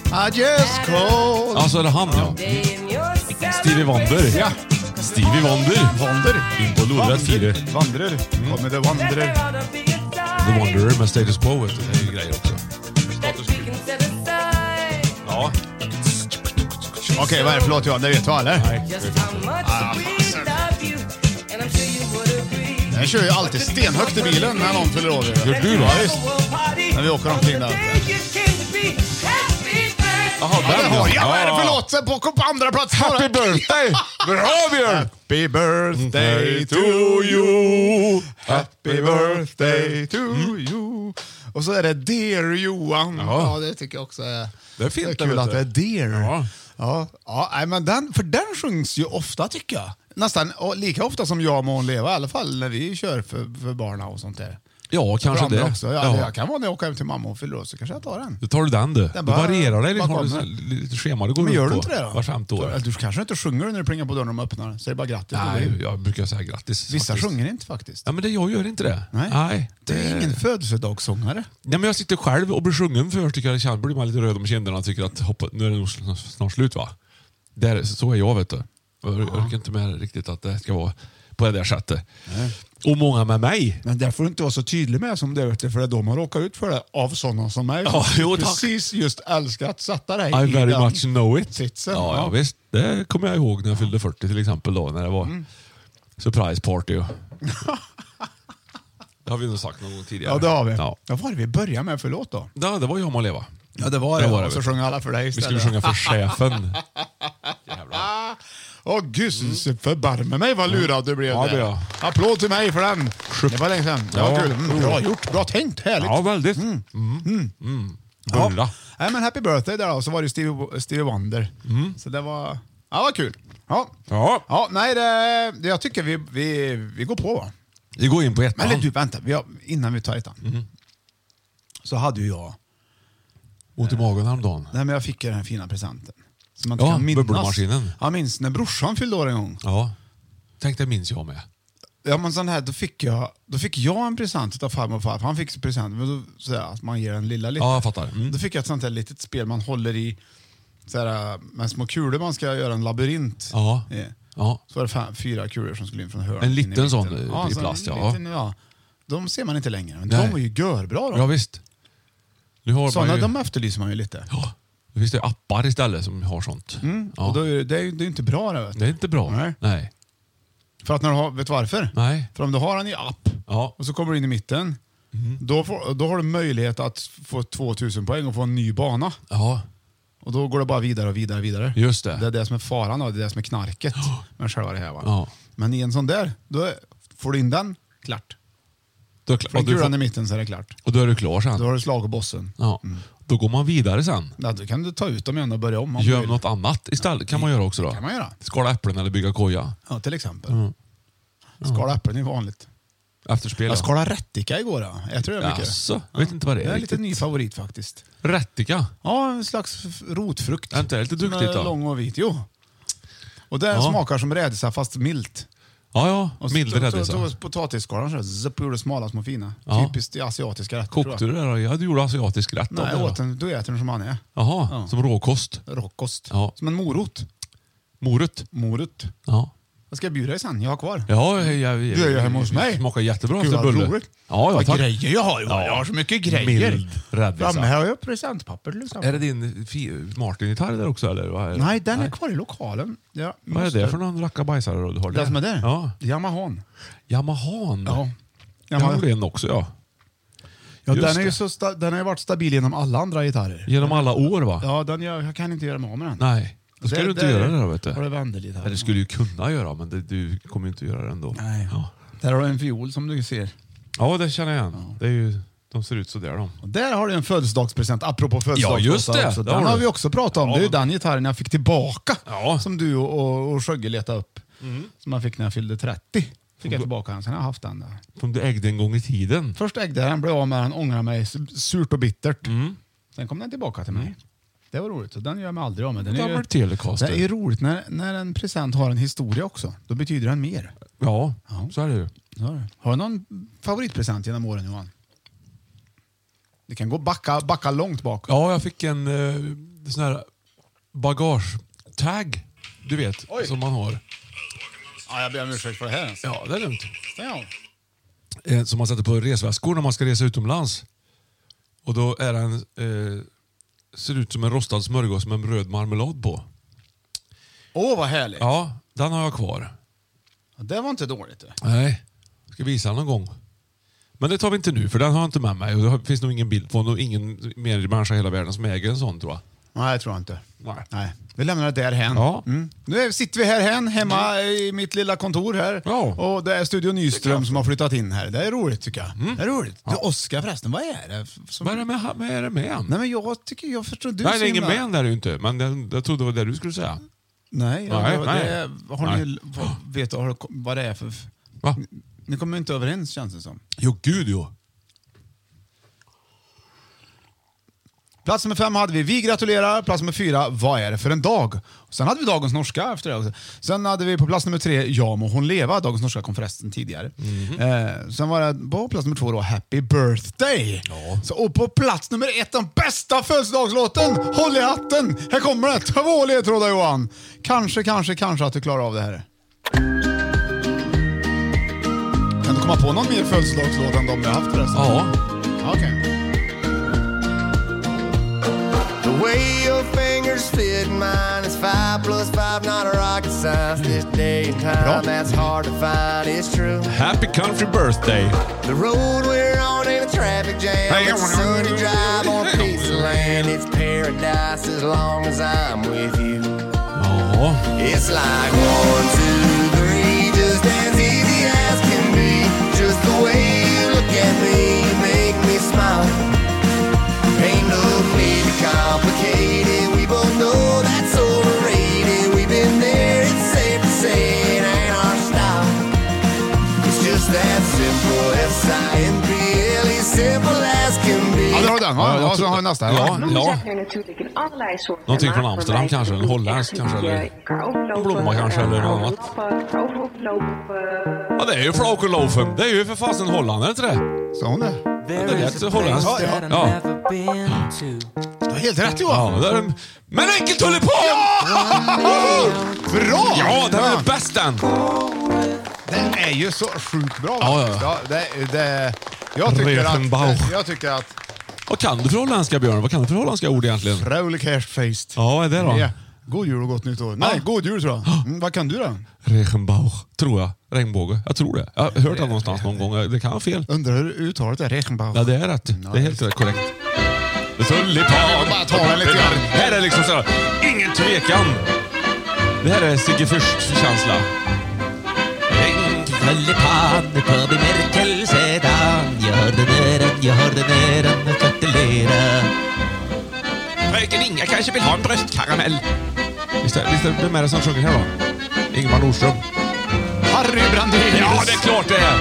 I just called...
Alltså, är det han ja. Stevie Wonder.
Ja.
Stevie Wonder.
Wander.
In på lodrätt fyra. Mm.
Vandrer. Kommer det vandrer.
The Wanderer med Status Quo. vet du. Det är ju grejer också. Ja.
Okej, vad är det för låt Johan? Det vet du eller? Ah, Den kör ju alltid stenhögt i bilen när någon fyller år.
Gör du då?
Ja, visst. När vi åker omkring där.
Jaha,
Ja,
den
det har jag. Vad är det för
Ja.
låt? Sen På, på andra plats.
Happy birthday! Bra Björn!
Happy
Mm.
birthday to you. Happy birthday to you. Och så är det Dear Johan.
Ja.
Ja, det tycker jag också är...
Det är fint,
det är kul
vet du.
att det är Dear.
Ja.
Ja. Ja, nej, men den, för den sjungs ju ofta tycker jag. Nästan och lika ofta som Jag må hon leva i alla fall när vi kör för, för barna och sånt där.
Ja, kanske
För andra
det.
Också. Ja,
Ja.
Jag kan vara när jag åker hem till mamma och fyller år så kanske jag tar den.
Då tar du den du. Då
bara-
varierar det.
bara
Har du
kommer.
sån här lite schema du går
Men
ut
gör du
på
inte det då?
Var femte år.
Du kanske inte sjunger när du plingar på dörren och de öppnar. Säger bara grattis.
Nej, jag brukar säga grattis.
Vissa
faktiskt.
sjunger inte faktiskt.
Ja, men det, jag gör inte det.
Nej.
det...
Det är ingen födelsedagssångare.
Nej, men jag sitter själv och blir sjungen först. Tycker jag, känner, blir man lite röd om kinderna och tycker att hoppa, nu är det nog sn- snart slut va? Där, så är jag vet du. Jag or- orkar inte med riktigt att det ska vara på det där sättet. Och många med mig.
Men där får du inte vara så tydlig med som du är ute, för det är då man råkar ut för det av sådana som mig.
Ja, jo, tack.
Precis just älskar att sätta dig
I very
den
much know it.
sitsen.
Ja, ja, visst. Det kommer jag ihåg när jag fyllde 40 till exempel. Då, när det var
Mm.
surprise party. Och... det har vi nog sagt någon gång tidigare.
Ja, det har vi.
Ja,
Vad var det vi började med? Förlåt då.
ja det var ju om att leva.
Ja, det var det.
var det,
och så
vet
sjöng alla för dig
Vi
istället.
skulle sjunga för chefen.
Åh gud, förbarme mig vad lurad du blev
Mm. Ja,
där.
det ja.
Applåd till mig för den. Det var länge sedan. Det var
Ja. Oh.
kul. Mm, bra gjort, bra tänkt, härligt.
Ja, väldigt. Mm.
Ja.
Bulla.
Nej, men happy birthday där då. Så var det Stevie, Stevie Wonder.
Mm.
Så det var, ja, vad kul. Ja.
Ja.
Ja, nej, det, det, jag tycker vi, vi, vi går på va?
Vi går in på
Men typ-
ettan.
eller du, vänta. Vi har, innan vi tar ettan.
Mhm.
Så hade ju jag,
Ont i magen häromdagen.
nej, men jag fick ju den här fina presenten. Som man inte
Ja,
kan minnas.
bubbelmaskinen.
Jag minns när brorsan fyllde år en gång.
Ja. Tänk, det minns jag med.
Ja, men sån här, då, fick jag, då fick jag en present av farmor och farfar. Han fick en present, men då, så här, att man ger den lilla lite.
Ja, jag fattar. Mm.
Då fick jag ett sånt här litet spel man håller i så här, med små kulor man ska göra en labyrint.
Ja.
Ja.
Ja.
Så var det fem, fyra kulor som skulle in från hörnet.
En
in i
liten
mitten.
sån eh, i
en sån
plast, ja.
liten, ja. De ser man inte längre, men
Nej.
de var ju görbra.
Ja,
De.
visst. Nu har
Såna,
man ju...
de efterlyser man ju lite.
Ja. Nu finns det ju appar istället som har sånt.
Mm.
Ja.
Och då är det, det är ju det är ju inte bra det. Vet
Det
du.
är inte bra.
Nej.
Nej.
För att när du har, vet du varför?
Nej.
För om du har den i app
Ja.
och så kommer du in i mitten,
Mm.
då, får, då har du möjlighet att få 2000 poäng och få en ny bana.
ja.
Och då går det bara vidare och vidare och vidare.
Just det.
Det är det som är faran och det är det som är knarket med själva det här. Va?
Ja.
Men i en sån där, då är- får du in den, klart.
Då,
Från
och, du
kulan
får,
i mitten så är det klart.
och då är du klar
Då Mm.
sen.
har du slagit bossen.
Ja. Då går man vidare sen.
Ja, då kan du ta ut dem igen och börja om. om du
Gör
vill.
något annat istället. kan man göra också då.
kan man göra.
Skala äpplen eller bygga koja.
Ja, till exempel.
Mm.
Skala äpplen är vanligt.
Efterspel.
Jag skalade rättika igår. Ja. Jag tror det är mycket.
Jaså? Jag vet inte vad det är
Det är lite
riktigt.
ny favorit faktiskt.
Rättika.
Ja, en slags f- rotfrukt.
Är inte det lite
Som
duktigt
är
då?
Lång och vit. Jo. Och den
Ja.
smakar som rädisa fast milt.
Ja, ja.
Och så
Mild
tog- tog-
rädisa.
tog potatisskalen så här, zup, gjorde smala små fina.
Ja.
Typiskt i asiatiska rätter. tror jag.
Kokte du det då? Ja, du gjorde asiatisk rätt av
Nej,
det
jag
då.
åt den, du äter den som han är.
Jaha,
Ja.
som råkost.
Rockost.
Ja.
Som en morot.
Morot.
Morot.
Ja.
Jag ska bjuda dig sen, jag har kvar.
Ja, jag, jag,
Du är ju hemma hos mig.
smakar jättebra
Gud,
efter
vad
bulle.
roligt.
Ja, ja,
Vad
tack.
grejer jag har. Ja. Jag har så mycket grejer.
Mild rädisa.
Framme här har jag presentpapper till exempel.
Är det din fi- Martin-gitarr där också eller? Vad är det?
Nej, den är kvar i lokalen. Ja,
Vad är
just
det för någon rackabajsare då du har
Den som är där?
Ja.
Yamahan.
Yamahan.
Ja.
Jag
Yamaha.
har en också ja.
Ja,
Just
den, är ju
det.
så sta- den har ju varit stabil genom alla andra gitarrer.
Genom alla år va?
Ja, den gör, jag kan inte göra mig av med den.
Nej, då ska
Där-
du inte
där
göra det då vet
Har du
du.
vandelgitarr?
Ja, det skulle du ju kunna göra men det, du kommer ju inte göra det ändå.
Nej.
Ja,
Där har du en fiol som du ser.
ja det känner jag igen. Det är ju, de ser ut sådär de.
Och där har du en födelsedagspresent, apropå födelsedagspresent.
Ja, just det.
Också.
Det
Den
har
har
du.
vi också pratat om.
Ja,
det är ju
men-
den gitarren jag fick tillbaka
Ja. Mm.
som du och, och, och Sjögge letade upp. Som jag fick när jag fyllde 30. Fick jag tillbaka den, sen har jag haft den. Där.
Som du ägde en gång i tiden.
Först ägde jag den, blev av med den, ångrade mig s- surt och bittert. Sen kom den tillbaka till mig. Det var roligt. Och den gör jag mig aldrig av med. Den är,
Gammal
ju, det
Telecaster.
är ju roligt när, när en present har en historia också. Då betyder den mer.
Ja,
Ja.
så är det ju.
Så är det. Har du någon favoritpresent genom åren Johan? Det kan gå backa, backa långt bak.
Ja, jag fick en eh, sån här bagagetag. Du vet,
Oj.
som man har.
Ja, jag ber om ursäkt för det här. ens.
Ja, det är lugnt.
Stäng av.
eh, som man sätter på resväskor när man ska resa utomlands. Och då är den, eh, ser ut som en rostad smörgås med en röd marmelad på.
Åh, vad härligt.
Ja, den har jag kvar.
Det var inte dåligt. det.
Nej, ska visa den någon gång. Men det tar vi inte nu, för den har jag inte med mig. Och det har- finns nog ingen bild på den och ingen mer människa i hela världen som äger en sån tror jag.
Nej, jag tror inte.
Nej.
Nej. Vi lämnar det därhän.
Ja.
Mm. Nu är- sitter vi här hän, hemma i mitt lilla kontor här.
Ja.
Och det är Studio Nyström som har flyttat in här. Det är roligt tycker jag. Det är roligt. Du, Oskar förresten, vad är det? Som...
Mm. Vad är det med, vad är det med han?
Nej, men jag tycker jag förstår. Du
Nej,
är
det
så
är ingen
himla-
med han där ju inte. Men den, jag trodde det var det du skulle säga.
Nej, jag-
Nej,
jag-
nej.
Det, har ni,
Nej.
vad, vet du har du- vad det är för...
Va?
Ni kommer inte överens känns det som.
Jo, gud jo.
Plats nummer fem hade vi Vi gratulerar. Plats nummer fyra Vad är det för en dag? Sen hade vi Dagens Norska efter det också. Sen hade vi på plats nummer tre Ja må hon leva. Dagens Norska kom förresten tidigare. Eh, sen var det på plats nummer två då Happy birthday. Så, och på plats nummer ett den bästa födelsedagslåten Håll i hatten. Här kommer det. Två ledtrådar Johan. Kanske, kanske, kanske att du klarar av det här. Kan du komma på någon mer födelsedagslåt än de vi har haft förresten?
Ja.
Okej.
The way your fingers fit mine is five plus five, not a rocket science. This day and time, that's hard to find. It's true.
Happy country birthday.
The road we're on ain't a traffic jam.
Hey,
it's a
I wanna-
sunny drive on a piece of land. It's paradise as long as I'm with you. It's like one, two, three, just as easy as can be. Just the way you look at me, you make me smile. Ain't no need to complicate it. We both know that's overrated. We've been there, it's safe to say it ain't our style. It's just that simple, S-I-M-P-L-E, simple as can be.
Ja, där har du den. Ja, ja, så har vi nästa. här, va?
är naturligen allerlei sorter.
Någonting från
maar
Amsterdam
voor mij
kanske, en holländsk kanske, eller
Ik ga overlopen,
blomma kanske, eller något annat. Ja, det är ju Flaukerlofen. Det är ju för fasen Holland, är det inte det?
Sa hon det?
Det är lätt holländskt.
Ja, ja.
Ja.
Du har helt rätt
Ja, det är en... Men enkeltulipan!
Ja! Bra!
Ja, det är bäst den!
Den är ju så sjukt bra
Ja,
faktiskt. Ja, det, det, jag, tycker att,
Reifenbauch.
jag tycker att
Vad kan du för holländska, Björn? Vad kan du för holländska ord egentligen?
Frölig Cashfaced.
Ja, vad är det då?
Ja. God jul och gott nytt år. Nej, god jul tror jag. Mm, vad kan du då?
Regenbauch, tror jag. Regnbåge. Jag tror det. Jag har hört det någonstans någon gång. Det kan vara fel.
Undrar hur uttalet är. Reichenbach.
Ja, det är rätt. Det är helt rätt korrekt. Tullipan!
Jag bara tar den lite grann.
Här är liksom såhär, ingen tvekan. Det här är Sigge Fürst-känsla.
Tullipaner på bemärkelsedan Jag hörde näran, jag hörde näran och gratulera
Fröken Inga kanske vill ha en bröstkaramell. Visst är, visst är vem är det som sjunger här då? Ingmar Nordström.
Harry Brandelius.
Ja, det är klart det är!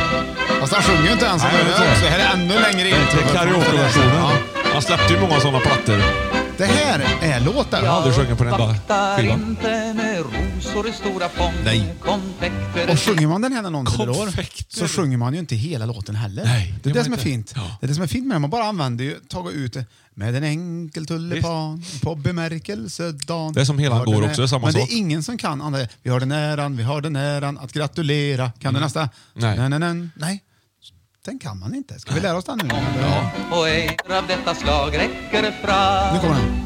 Fast han sjunger ju inte ens.
Nej,
Han
jag vet
är
inte.
också. Det här är ännu längre
Det är
intro.
karaokeversionen. Han släppte ju många sådana plattor.
Det här är låten.
Jag har aldrig sjungit på den bara skivan.
inte med rosor i stora fång
Nej.
Konfekter
Och sjunger man den här när någon fyller år
Konfekter.
så sjunger man ju inte hela låten heller.
Nej,
det är
det
det
var
som är
inte-
fint. Det är det som är fint med den. Man bara använder ju, tar ut det. Med en enkel tulpan på bemärkelsedagen.
Det är som hela
Har
går
den
också, det är samma
Men
sak.
det är ingen som kan andra. Vi har den äran, vi har den äran att gratulera. Kan du nästa?
Mm. Nej.
Nej, nej, nej. nej. Den kan man inte. Ska vi lära oss den nu?
Och er av detta slag räcker det fram
Nu kommer den.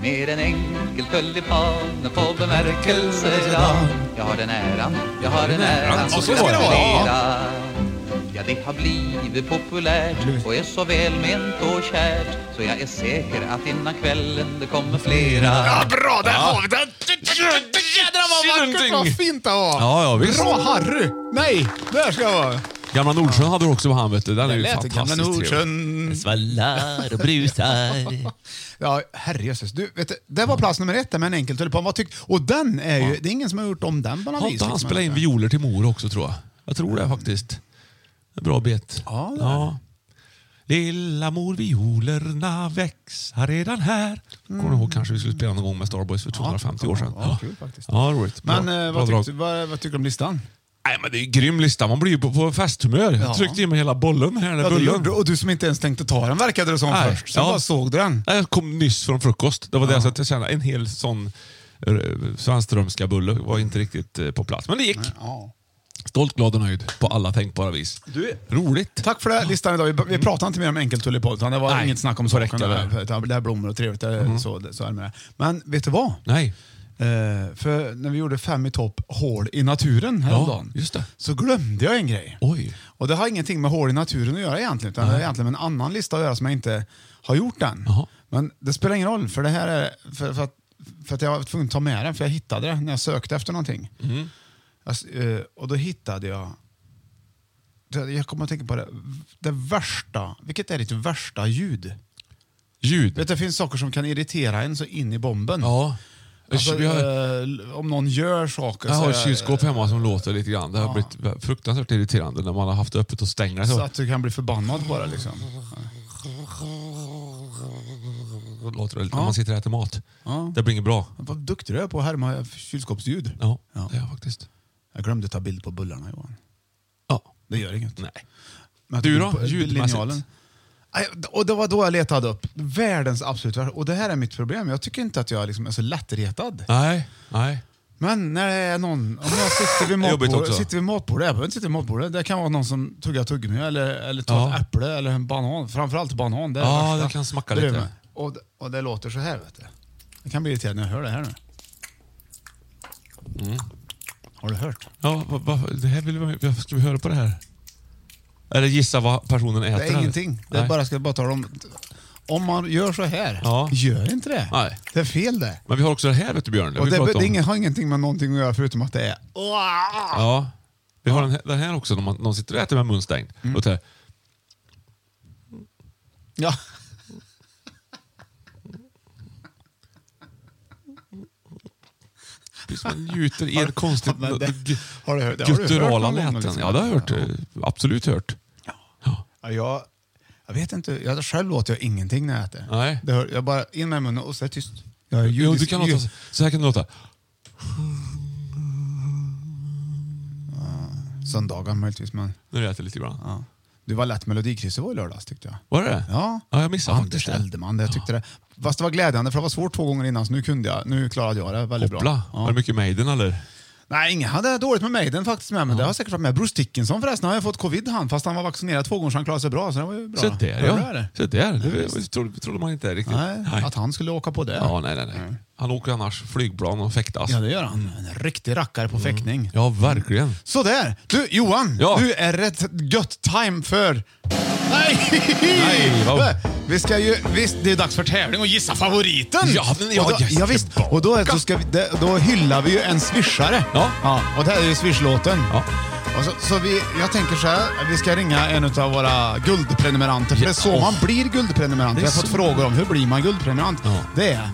Med en enkel tullipan på bemärkelsedan Jag har den äran, jag har den äran
Och så ska det vara.
gratulera. Ja, det har blivit populärt och är så välment och kärt så jag är säker att innan kvällen det kommer flera.
Ja, bra, där har
vi
den!
Jädrar vad vackert, vad fint det var!
Ja, ja, visst.
Bra Harry! Nej, där ska jag vara.
Gamla Nordsjön hade du också på han, vet du. Den är ju
lät
fantastiskt
Gamla Nordsjön.
trevlig.
Svallar och brusar.
Ja, herrejösses. Du, vet du, det var plats nummer ett där med en enkel tulipan. Vad tyck- och den är ju, det är ingen som har gjort om den på något
Har
vis.
inte han
liksom.
spelat in violer till mor också, tror jag? Jag tror det faktiskt. En bra bet. Ja,
det är
Lilla mor, violerna växa redan här. Kommer du ihåg kanske vi skulle spela någon gång med Starboys för 250 år sedan?
Mm. Ja, kul faktiskt.
Ja, roligt. Bra-
Men eh,
bra
vad,
drag.
tyckte, vad, vad tyckte du om listan?
Nej, men det är en grym lista. Man blir ju på, på festhumör.
Ja.
Jag tryckte i mig hela bollen här.
Ja,
Den
du,
bullen.
gjorde- och du som inte ens tänkte ta den verkade det som
Nej,
först. Sen
ja.
bara såg du den.
Nej, Jag kom nyss från frukost. Det var det så att jag kände en hel sån eh, svenströmska bulle var inte riktigt eh, på plats. Men det gick. Stolt, glad och nöjd på alla tänkbara vis. Roligt.
Tack för det, listan idag. Vi, vi pratar inte mer om enkeltulipod, utan det var
Mm. Nej,
inget snack om
så
saken.
räcker det.
där. Utan Det är blommor och trevligt, det,
Mhm.
så, så är det med det. Men vet du vad?
Nej.
Eh, för när vi gjorde Fem i topp, hål i naturen häromdagen,
just det.
så glömde jag en grej.
Oj.
Och det har ingenting med hål i naturen att göra egentligen, utan det har egentligen med en annan lista att göra som jag inte har gjort än. Men det spelar ingen roll, för det här är... För, för att, för att jag var tvungen att ta med den, för jag hittade det när jag sökte efter någonting.
Mm.
Jag s- eh, och då hittade jag... det- Jag kommer att tänka på det. Det värsta. Vilket är ditt värsta ljud?
Ljud?
Vet, du, det finns saker som kan irritera en så in i bomben.
Ja.
Alltså,
Vi har-
eh, om någon gör saker.
Jag
så
har
är-
ett kylskåp hemma som låter lite grann. Det har blivit fruktansvärt irriterande när man har haft det öppet och stänger.
Så
Så.
att du kan bli förbannad bara liksom.
låter det när
Ja.
man sitter och äter mat.
Ja.
Det blir inget bra.
Vad duktig du är på att härma kylskåpsljud.
Ja, det är jag faktiskt.
Jag glömde ta bild på bullarna Johan.
Ja.
Det gör inget.
Nej.
Men
Du då?
på- på
Ljudmässigt?
linjalen. Nej, Och det var då jag letade upp världens absolut värsta. Och det här är mitt problem. Jag tycker inte att jag liksom är så lättretad.
Nej, nej.
Men när det är någon, om jag sitter vid
Jobbigt
matbordet,
också.
sitter vid matbordet, jag behöver inte sitta vid matbordet, det kan vara någon som tuggar tuggummi eller, eller tar
Ja.
ett äpple eller en banan, framförallt banan. Det är
Ja,
värsta.
det kan smacka
Bredvid
lite.
mig. Och, det- och det låter så här vet du. Jag kan bli irriterad när jag hör det här nu.
Mm.
Har du hört?
Ja, va, va, det här vill vi, varför ska vi höra på det här? Eller gissa vad personen äter?
Det är
eller?
ingenting. Det är
Nej.
bara, jag ska bara tala om, om man gör så här,
Ja.
gör inte det.
Nej.
Det är fel det.
Men vi har också det här vet du Björn. Det
Och
vi
det,
pratade
det,
om.
är ingen- har ingenting med någonting att göra förutom att det är...
Ja. Vi har den här, den här också, när man, när man sitter och äter med mun stängd.
Mm.
Och det här,
Ja.
precis, man gjuter i ett konstigt
men det-
gu-
har du hört- det har du hört
gutturala
någon gång,
läten.
liksom?
Ja, det har jag hört. eh, Absolut hört.
Ja, jag, jag vet inte. Jag, själv låter jag ingenting när jag äter.
Nej.
Det hör, jag bara in med munnen och så är det tyst. Jag är
Jo, du
judisk-
kan låta,
jud-
så här kan det låta.
Söndagar möjligtvis, men...
När du äter lite grann.
Ja. Du var lätt melodikrysset var i lördags tyckte jag.
Var det det?
Ja.
ja jag missade
Anders
faktiskt det.
Eldeman, det jag tyckte det. Fast det var glädjande för det var svårt två gånger innan så nu kunde jag, nu klarade jag det väldigt
Hoppla.
bra.
Var det mycket Maiden eller?
Nej, ingen hade dåligt med Maiden faktiskt med, men det har säkert varit med. Bruce Dickinson förresten har ju fått covid han, fast han var vaccinerad två gånger så han klarade sig bra. Så det var ju bra.
Så där
Hörde du
ja.
det?
Så där. Det trodde, trodde man inte riktigt.
Nej, Att han skulle åka på det.
Ja, nej, nej, nej. Han åker annars flygplan och fäktas.
Ja, det gör han. En riktig rackare på fäktning.
Ja, verkligen.
Sådär! Du, Johan!
Ja.
Nu är det gött time för... Nej!
Nej, vad-
Vi ska ju, visst, det är dags för tävling och gissa favoriten!
Ja, men jag
och då,
är
ja, visst.
tillbaka.
Och då, är, så ska vi, det- då hyllar vi ju en swishare.
Ja.
och det här är ju swishlåten.
Ja.
Och så, så vi, jag tänker så här, vi ska ringa en av våra guldprenumeranter. För
Ja.
det är så man blir guldprenumerant.
Det är
Vi har fått
så.
frågor om hur blir man guldprenumerant.
Ja.
Det är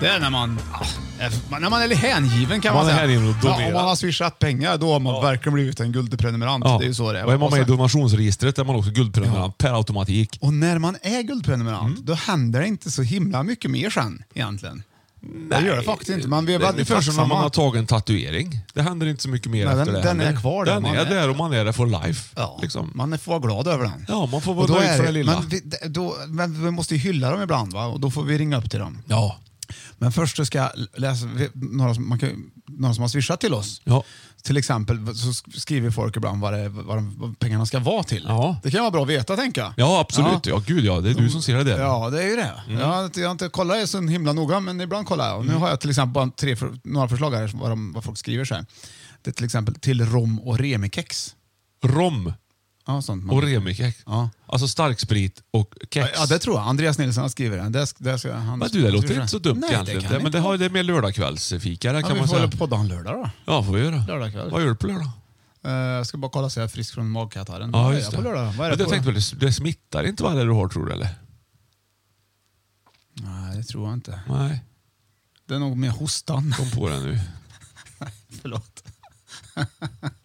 det är när man, ah, är- när man är hängiven kan man,
Man är
säga.
hängiven och
ja,
donerar.
om man har swishat pengar, då har man verkligen blivit en guldprenumerant.
Ja.
Det är ju så det
Och är man
Och
med i
sen-
donationsregistret är man också guldprenumerant per automatik.
och när man är guldprenumerant,
Mm.
då händer det inte så himla mycket mer sen egentligen. det gör det faktiskt inte. Man blir
Det är
väldigt
ungefär som när
tacksam.
man har tagit en tatuering. Det händer inte så mycket mer
Nej, den-
efter det.
den
heller.
är kvar där
Den
man
är
är.
där och man är där for life.
Ja,
Liksom.
Man får vara glad över den.
Ja, man får vara
Och då
nöjd
är
för det lilla.
Men vi, det- då, men vi måste ju hylla dem ibland va? och då får vi ringa upp till dem.
Ja.
Men först så ska jag läsa vi- några som, man kan, några som har swishat till oss.
Ja.
Till exempel så sk- skriver folk ibland vad, det, vad, de, vad pengarna ska vara till.
Ja.
Det kan vara bra att veta tänker jag.
ja, absolut. Ja. gud ja. Det är du som ser det där.
Mm. Ja, det är ju det.
Mm.
Jag, har inte- jag har inte kollat det så himla noga, men ibland kollar jag. Och Nu har jag till exempel bara tre, för- några förslag här, vad, de, vad folk skriver. Så här. Det är till exempel till rom och remikex.
Rom
Ja, sånt man-
och remikex.
Ja.
Alltså starksprit och kex.
Ja, det tror jag. Andreas Nilsson har skrivit den. Det, det ska, han
men du, det låter
skriver
inte så dumt
Nej,
egentligen.
Det
Det
kan
men
inte
det, har,
vara.
det är mer lördagskvällsfika där
ja,
kan
vi
man
får
säga.
väl podda en lördag då.
Ja, får vi göra.
Lördag kväll.
Vad gör du på lördag?
Eh, jag ska bara kolla så jag är frisk från magkatarren.
Ja,
Vad är
just
jag
det.
På lördag? Vad är
Men
det
jag
på?
tänkte väl, det smittar inte vad det är du har tror du eller?
Nej, det tror jag inte.
Nej,
Det är nog mer hostan.
kom på det nu.
Förlåt.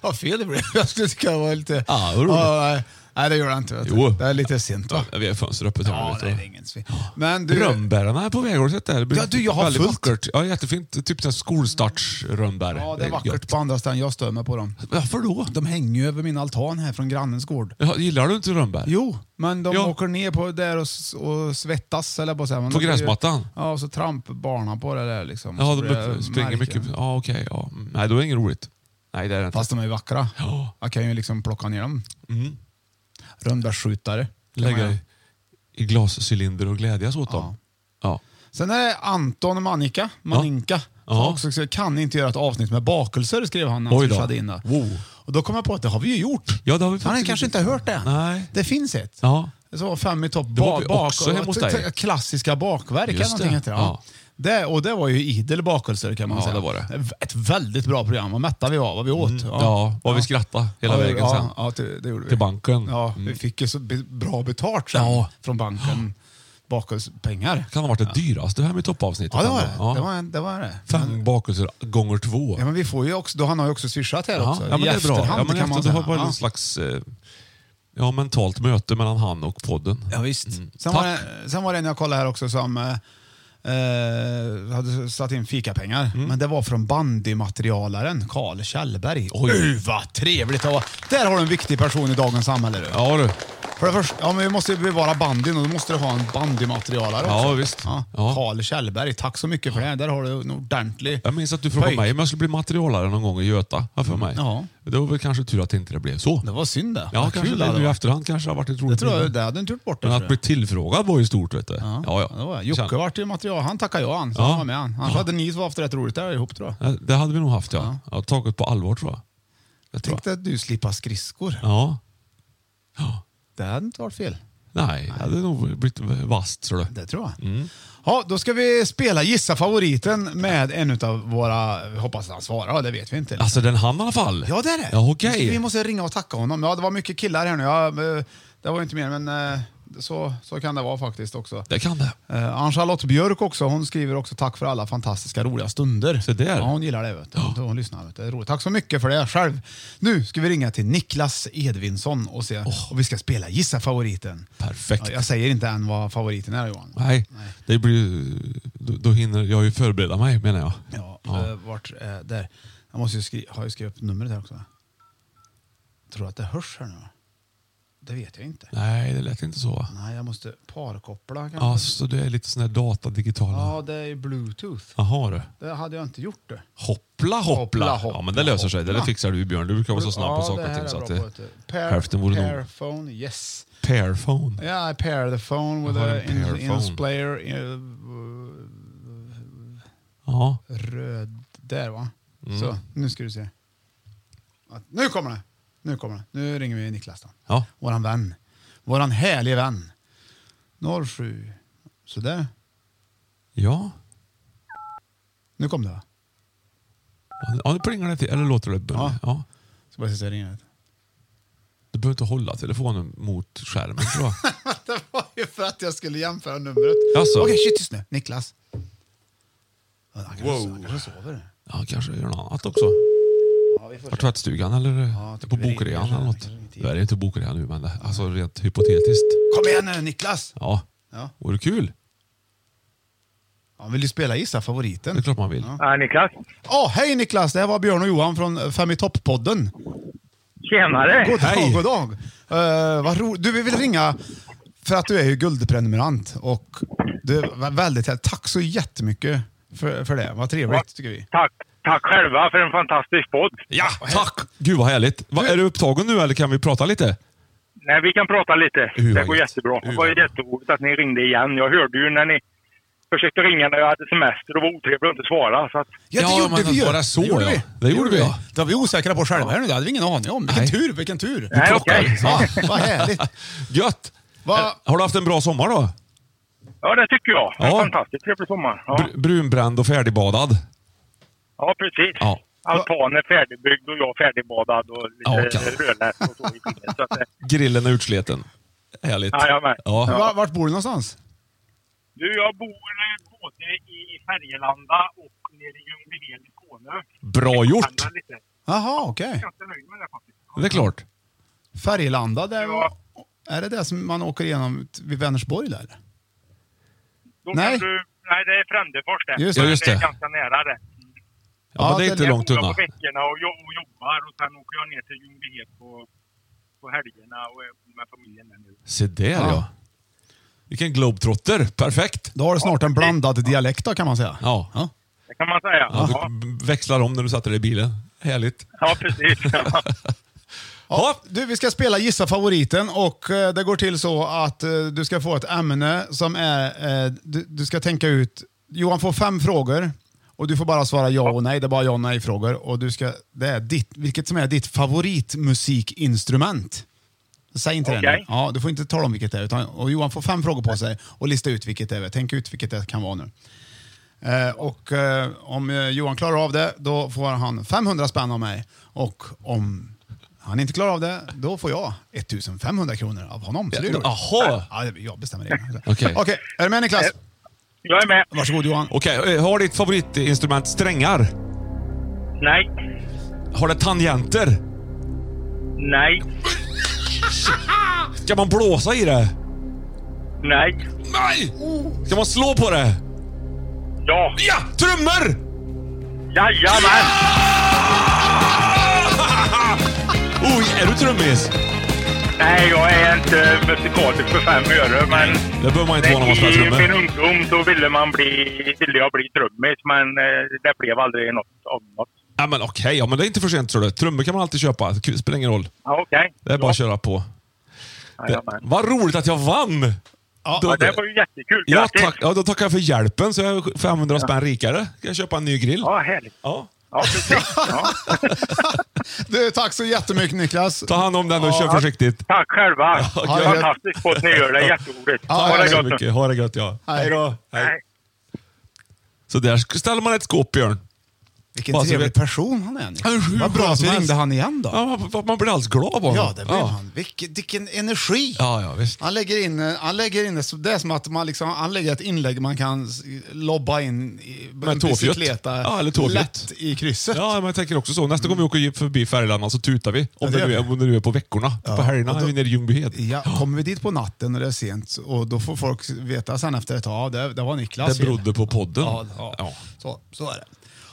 Vad fel det blev. Jag skulle tycka det var lite...
Ja, vad roligt.
nej. nej, det gör jag inte. Vet du.
Jo.
Det är lite sent va?
Ja, vi har fönsteröppet här
Ja,
nu.
det
vet
är
du.
ingen svin. Men du...
Rönnbären är på väg. Har du sett det? här? det blir
Ja, du, jag har
väldigt
fullt.
Vackert. Ja, jättefint. Typ sån här skolstartsrönnbär.
Ja, det är
gött.
vackert på andra ställen. Jag stör mig på dem.
Varför då?
De hänger ju över min altan här från grannens gård.
Ja, Gillar du inte rönnbär?
Jo, men de
Ja.
åker ner på där och, s- och svettas. Eller på, så här. Men
På
de blir ju-
gräsmattan?
Ja, och så trampar barnen på det där. Liksom.
Ja,
Så
de
blir det
upp- springer
märken.
mycket. Ja, okej. ja. Mm, Nej, då är det inget roligt. Nej, det är det inte.
Fast de är ju vackra.
Ja.
Jag kan ju liksom plocka ner dem.
Mm.
Rönnbärsskjutare. kan man
Lägga
göra.
i- i glascylinder och glädjas åt dem. Ja.
Sen är det Anton och Manika. Maninka.
Ja.
som Också, så kan inte göra ett avsnitt med bakelser, skrev han när
Oj
han
då.
swishade in det.
Wow.
Och då kom jag på att det har vi ju gjort.
Ja, det har vi
han har
faktiskt
kanske
gjort.
inte hört det än.
Nej.
Det finns ett.
Ja.
Så var fem i topp.
Det var vi
bak-
också hemma hos
t- t-
dig.
Klassiska bakverk
Just
eller någonting
det.
heter det.
Ja.
Ja. Det, och det var ju idel bakelser kan man
Ja,
säga.
det var det.
Ett väldigt bra program. Vad mätta vi var, vad vi åt.
Ja, vad vi skrattade hela
Ja,
vägen
ja,
sen.
Ja, det, det gjorde vi.
Till banken.
Ja,
Mm.
vi fick ju så be- bra betalt sen
Ja.
från banken. Bakelsepengar.
kan ha varit det dyraste här med toppavsnittet.
Ja, det var det.
ändå. Ja.
Det, var, det, var det.
Fem bakelser gånger två.
Ja, men vi får ju också, då han har ju också swishat här
Ja,
också.
ja, men
I
det är bra.
efterhand
Ja, men
kan man
efter, du
säga.
har bara
Ja.
någon slags eh, Ja, mentalt möte mellan han och podden.
Ja, visst.
Mm.
Sen, var
Tack.
det, sen var det en jag kollade här också som eh, eh, hade satt in fikapengar.
Mm.
Men det var från bandymaterialaren Carl Kjellberg. Oj, vad trevligt det var. Där har du en viktig person i dagens samhälle. Du.
Ja, du.
För det första, ja, men vi måste ju bevara bandyn och då måste du ha en bandymaterialare också.
Ja, visst.
Ja. Carl Kjellberg, tack så mycket för det. här. Där har du en ordentlig...
Jag minns att du frågade
Pöjk.
mig om jag skulle bli materialare någon gång i Göta, har för mig.
Mm. Ja.
Det var väl kanske tur att det inte blev så.
Det var synd det.
Ja,
Vad
kanske
kul
det.
hade
Nu i
varit.
efterhand kanske det har varit ett roligt
Det tror jag,
minne.
det hade inte gjort bort det.
Men
tror
att
jag.
bli tillfrågad var ju stort, vet du.
Ja,
ja.
det var, Jocke vart ju material. Han tackade ja han, så
Ja.
han var med han. Annars hade ni haft rätt roligt där ihop tror jag.
Ja, Det hade vi nog haft, ja. ja. Taget på allvar, tror jag. jag tror.
Tänkte att du slippa skridskor.
Ja.
Det hade inte varit fel.
Nej, det hade nog blivit vasst, tror du.
Det tror jag.
Mm.
Ja, då ska vi spela Gissa favoriten med en av våra, vi hoppas han svarar, det vet vi inte.
Alltså, den hann i alla fall.
Ja, det är det.
Ja, okej.
Vi måste ringa och tacka honom. Ja, det var mycket killar här nu. Ja, eh, det var ju inte mer, men eh, så, så kan det vara faktiskt också.
Det kan det.
Eh, Ann-Charlotte Björk också, hon skriver också tack för alla fantastiska roliga stunder. Så
där.
Ja, hon gillar det. Vet du. Hon lyssnar. Vet du. Det är roligt. Tack så mycket för det själv. Nu ska vi ringa till Niklas Edvinsson och se. Och vi ska spela Gissa favoriten.
Perfekt.
Ja, jag säger inte än vad favoriten är Johan.
Nej, det blir ju... Då, då hinner jag ju förbereda mig, menar jag.
Ja, eh, vart, eh, där. Jag måste ju skri- har ju skrivit upp numret här också. Tror du att det hörs här nu? Det vet jag inte.
Nej, det lät inte så. va?
Nej, jag måste parkoppla kanske.
Ja, så du är lite sån här datadigitala...
ja, det är ju bluetooth.
Jaha du.
Det hade jag inte gjort det.
Hoppla, hoppla.
Hoppla, hoppla,
ja, men det löser sig. Det där fixar du Björn. Du brukar vara så snabb på
Ja,
saker
det
och
här
ting.
är
Så
bra
att
på,
det,
vet du. Pair-
hälften vore nog.
Pairphone, yes.
Pairphone.
Yeah, I pair the phone with
Jag har
the
en pair
in,
phone.
player. eh,
Ja.
Röd. Där va?
Mm.
Så, nu ska du se. Att- Nu kommer det! Nu kommer det. Nu ringer vi Niklas då.
Ja.
Våran vän. Våran härliga vän. 07. Sådär.
Ja.
Nu kom det va?
ja, nu plingar det till. Eller låter det? Ja. ja.
Ska bara se så jag ringer.
Du behöver inte hålla telefonen mot skärmen tror jag.
det var ju för att jag skulle jämföra numret.
Jaså?
Okej, shit tyst nu. Niklas. Han kanske, han kanske sover.
Ja, kanske gör något annat också.
Ja, vi får
På tvättstugan eller på
vi ringer
bokrean
kanske.
eller något. Det är inte bokrean nu, men det- alltså rent hypotetiskt.
Kom igen nu Niklas!
Ja.
Ja.
Vore kul.
Han vill ju spela Gissa favoriten.
Det är klart man vill.
Ja, Niklas.
Ja, hej Niklas! Det här var Björn och Johan från Fem i topp-podden.
Tjenare!
God dag,
Hej.
god dag! Eh, vad ro- du, vi vill ringa för att du är ju guldprenumerant och du var väldigt här. Tack så jättemycket för, för det. Vad trevligt tycker vi.
Tack, tack själva för en fantastisk podd.
Ja, tack! Gud vad härligt. Va, är du upptagen nu eller kan vi prata lite?
Nej, vi kan prata lite.
Hur
det
var
går
det?
jättebra. Det var ju jätteroligt att ni ringde igen. Jag hörde ju när ni försökte ringa när jag hade semester och var otrevlig och inte svara. Så att...
Ja, det gjorde vi ju. Det gjorde vi.
Det gjorde vi, ja.
Det var vi osäkra på själva här nu. Det hade vi ingen aning om. Vilken tur, vilken tur!
Nej, okej.
Ja, vad härligt.
Gött!
Va?
Har du haft en bra sommar då?
Ja, det tycker jag. En
Ja.
fantastiskt trevlig sommar. Ja,
Br- brunbränd och färdigbadad?
ja precis.
Ja.
Altanen färdigbyggd och jag färdigbadad och lite
Ja,
ja,
okej.
rödlätt och så i tiden. Så att, eh,
Grillen är utsleten. Härligt.
Jajamän.
Ja.
Men Var, vart bor du någonstans?
du, jag bor eh, både i Färgelanda och nere i Ljungbyhed i Skåne.
Bra gjort!
Pendlar lite.
Jaha, okej.
Ganska nöjd med det faktiskt.
Det är klart.
Färgelanda, där är det det som man åker igenom ut vid Vänersborg där?
Då
Nej.
nej. Kan du, nej, det är Frändefors det.
Just det.
Men
Just
är
det.
ganska nära det.
Ja, men det är inte långt
Jag bor
undan.
på veckorna och, jo- och jobbar och sen åker jag ner till Ljungbyhed på, på helgerna och är med familjen där nu.
Se där ja. Vilken globetrotter. Perfekt.
Då har du snart en blandad dialekt då, kan man säga.
Ja.
Ja.
Det kan man säga.
Ja,
Ja,
du växlar om när du sätter dig i bilen. Härligt.
ja precis.
Ja, du, vi ska spela Gissa favoriten och eh, det går till så att eh, du ska få ett ämne som är, eh, du, du ska tänka ut, Johan får fem frågor och du får bara svara ja och nej, det är bara ja och nej frågor. Och du ska, det är ditt, vilket som är ditt favoritmusikinstrument. Säg inte det nu.
Okej.
Ja, du får inte tala om vilket det är. Utan, och Johan får fem frågor på sig och lista ut vilket det är. Tänk ut vilket det kan vara nu. Eh, och eh, om eh, Johan klarar av det, då får han 500 spänn av mig. Och om han inte klarar av det, då får jag 1500 kronor av honom. Så det är
Ja,
roligt.
aha.
Ja, det- jag bestämmer det.
Okej.
Okej, är du med Niklas?
Jag är med.
Varsågod Johan.
Okej, eh, har ditt favoritinstrument strängar?
Nej.
Har det tangenter?
Nej.
Ska man blåsa i det?
Nej.
Nej! Ska man slå på det?
Ja.
Ja! Trummor!
Jajamän!
Oh, är du trummis?
Nej, jag är inte musikalisk för fem öre, men...
Det behöver man inte vara när man spelar
I
trummor.
min ungdom så ville man bli... Ville jag bli trummis, men eh, det blev aldrig något av något.
Ja, men okej, ja, men det är inte för sent tror du. Trummor kan man alltid köpa. Det spelar ingen roll.
Ja, Okej.
Det är bara att köra på. Det, vad roligt att jag vann!
Ja,
Då-
det var ju jättekul.
Ja,
Grattis!
tack, ja, då tackar jag för hjälpen så är jag 500 spänn rikare. Ska jag köpa en ny grill?
Ja, härligt.
Ja.
Du, tack så jättemycket Niklas.
Ta hand om den och kör försiktigt.
Tack själva!
Ja, gött.
Fantastiskt att ni gör det. Jätteroligt.
Tack
ha det
så
gott nu.
mycket. Ha det gött, ja.
Hej
då.
Hej.
Så där sk- ställer man ett skåp, Björn.
Vilken
Bara så
trevlig
vet-
person han är.
Ja,
Niklas.
hur
Vad bra att vi
som helst.
ringde han igen då.
Ja, man- man blir alldeles glad av honom.
Ja, det blev han. Vilken, vilken energi!
Ja, ja, visst.
Han lägger in, eh, han lägger in det, så- det är som att man liksom, han lägger ett inlägg man kan s- lobba in i
Med tåfjutt.
bicykleta
Ja, eller tåfjutt.
lätt i krysset.
Ja, men jag tänker också så. Nästa gång vi åker förbi Färgelanda så tutar vi. Om,
det
det, nu
gör
är, om det nu är på veckorna. På helgerna
och
är
då-
vi nere i Ljungbyhed.
Ja, kommer vi dit på natten och det är sent och då får folk veta sen efter ett tag, ja, det, det var Niklas
Det berodde på podden.
Ja, ja. Så, så är det.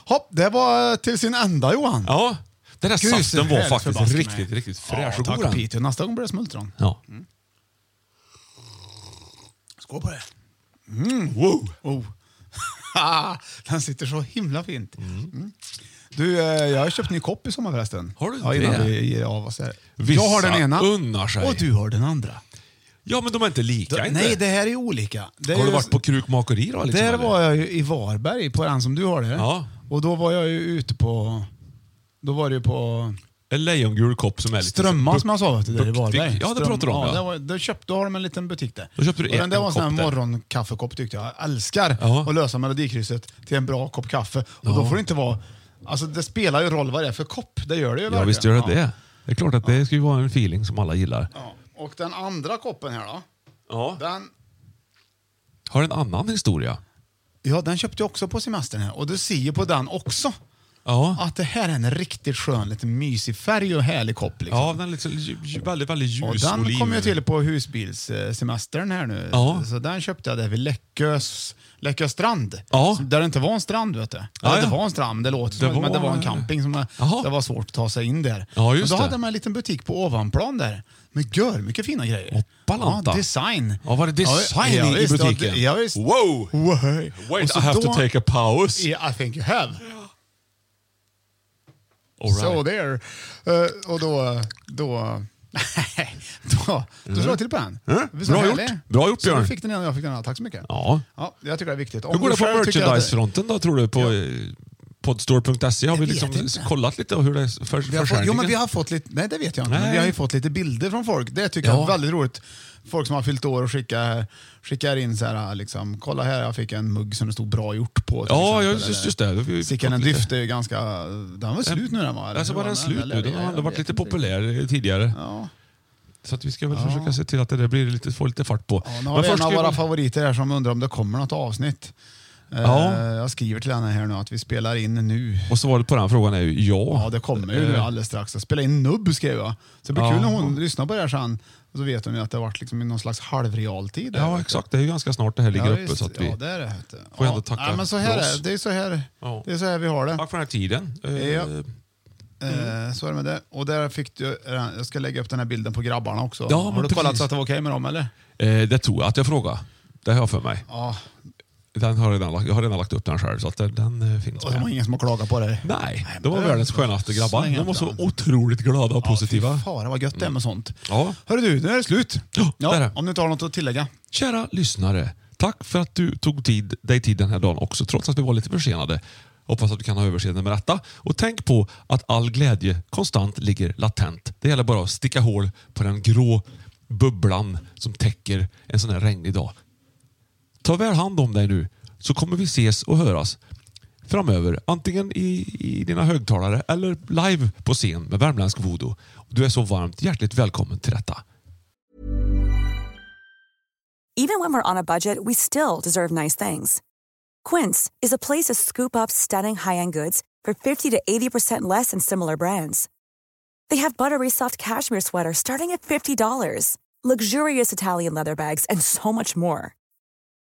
Hopp, det var eh, till sin ända Johan.
Ja, den där
Gud, så
saften var
härligt
faktiskt
förbaske
riktigt,
mig.
riktigt fräsch och god
ja, Tack Mm.
den.
Piteå, nästa gång blir det smultron.
Ja.
Skål på det. Mm. Wow. Oh. Den sitter så himla fint. Mm. Du, eh, jag har köpt ny kopp i sommar förresten. Har
du
ja, innan
det?
Vi ger av oss här.
Vissa
jag har den ena
unnar sig.
och du har den andra.
Ja, men de är inte lika.
Då-
inte.
nej, det här är ju olika. Det är
har du
ju-
varit på krukmakeri då? Liksom,
där
eller?
var jag ju i Varberg, på den som du har där.
Ja.
Och då var jag ju ute på... Då var det ju på
En lejongul kopp som är lite...
Strömma
buk-
som jag sa vet du, där i
buktig.
Varberg.
Ja, det
Ström-
pratade du om.
Ja, där
Ja.
var, där köpte, då har de en liten butik där.
Då köpte du
och den
en
där var en sån
kopp
här
där.
morgonkaffekopp tyckte jag. Jag älskar att lösa melodikrysset till en bra kopp kaffe. Och då får det inte vara... Alltså det spelar ju roll vad det är för kopp. Det gör det ju
ja,
verkligen.
visst gör det det. Det är klart att det ska ju vara en feeling som alla gillar.
Och den andra koppen här då.
Ja.
Den,
Har en annan historia.
ja, den köpte jag också på semestern här. Och du ser ju på den också.
Ja.
Att det här är en riktigt skön, lite mysig färg och härlig kopp. Liksom.
Ja, den är liksom lju- lju- väldigt, väldigt ljus.
Och den
oliv.
kom jag till på husbilssemestern här nu.
Ja.
Så den köpte jag där vid Läckös, Läckö strand.
Ja.
Så Där det inte var en strand vet du.
Ja,
Eller
ja.
Det var en strand, men det låter som
Det
det, men det
var-
var en camping. Som det var svårt att ta sig in där.
Ja, just
men då
det.
hade man en liten butik på ovanplan där. Med gör mycket fina grejer.
Hoppalanta.
Ja, design.
Ja, var det design
ja,
i- i
visst,
butiken?
Ja, visst.
Wow!
Wow.
Wait, I have to take a pause.
Yeah, I think you have.
All right.
So there. Eh, och då... Då, då, då slår jag till på den.
Mm.
Visst är
Bra
den
gjort.
härlig?
Bra gjort,
Så
Björn.
du fick den ena och jag fick den andra. Tack så mycket.
Ja.
Ja, jag tycker det är viktigt. Om
Hur går
du
det på
själv tycker att-
merchandisefronten då, tror du? På eh, podstore.se har vi
vet
liksom
inte.
kollat lite hur det är för,
Vi har fått,
försäljningen?
jo, men vi har fått lite... Nej, det vet jag inte. Men
Nej.
vi har ju fått lite bilder från folk. Det tycker jag
Ja.
är väldigt roligt. Folk som har fyllt år och skickar, skickar in så här, liksom, kolla här, jag fick en mugg som det stod bra gjort på. till
Ja,
exempel.
ja, just, just det. Vi-
Sickan en dyft är ju ganska... Den var slut nu den va? Eller
Alltså
hur
var den slut nu?
Eller-
Den har
jag
ändå varit
vet
lite
inte.
populär eh, tidigare. Så att vi ska väl försöka se till att det där blir lite, får lite fart på.
Nu har vi en
ska
av
vi-
våra favoriter här som undrar om det kommer något avsnitt. Eh,
Ja.
Jag skriver till henne här nu att vi spelar in nu.
och svaret på den frågan är ju ja.
Ja, det kommer ju nu
Eh,
alldeles strax. Jag spelar in nubb skrev jag. Så det blir
Ja.
kul när hon lyssnar på det här sen. Och så vet hon ju att det har varit liksom i någon slags halvrealtid. där.
Ja, exakt. Det är ju ganska snart det här ligger
Ja,
uppe.
visst.
Så att vi
Ja, det är det. vet du.
får
ja.
ändå tacka
Nej, men så här
för
är
oss.
det. Det är så här,
Ja.
det är så här vi har det.
Tack för den här tiden. Eh,
Ja. Eh, Så är det med det. Och där fick du, eh, jag ska lägga upp den här bilden på grabbarna också.
Ja,
har
men
du kollat
precis.
så att det var okej med dem eller?
eh, Det tror jag att jag frågar. Det har jag för mig.
Ja,
Den har jag, redan, lagt- jag har redan lagt upp den själv, så att den, den eh, finns
och det var
med.
ingen som har klagat på dig.
Nej, de var
det-
världens skönaste grabbar.
Släng
De måste
inte
vara otroligt glada och positiva. Mm.
Fy fara vad gött det är med sånt.
Ja.
Hörru du, nu är det slut. Ja,
det är det.
Om du inte har något att tillägga.
Kära lyssnare, tack för att du tog tid, dig tid den här dagen också, trots att vi var lite försenade. Hoppas att du kan ha överseende med detta. Och tänk på att all glädje konstant ligger latent. Det gäller bara att sticka hål på den grå bubblan som täcker en sån här regnig dag. Ta väl hand om dig nu, så kommer vi ses och höras framöver. Antingen i, i dina högtalare eller live på scen med värmländsk voodoo. Du är så varmt hjärtligt välkommen till detta.
Even when we're on a budget, we still deserve nice things. Quince is a place to scoop up stunning high end goods for 50 to 80% less than similar brands. They have buttery soft cashmere sweaters starting at $50, luxurious Italian leather bags, and so much more.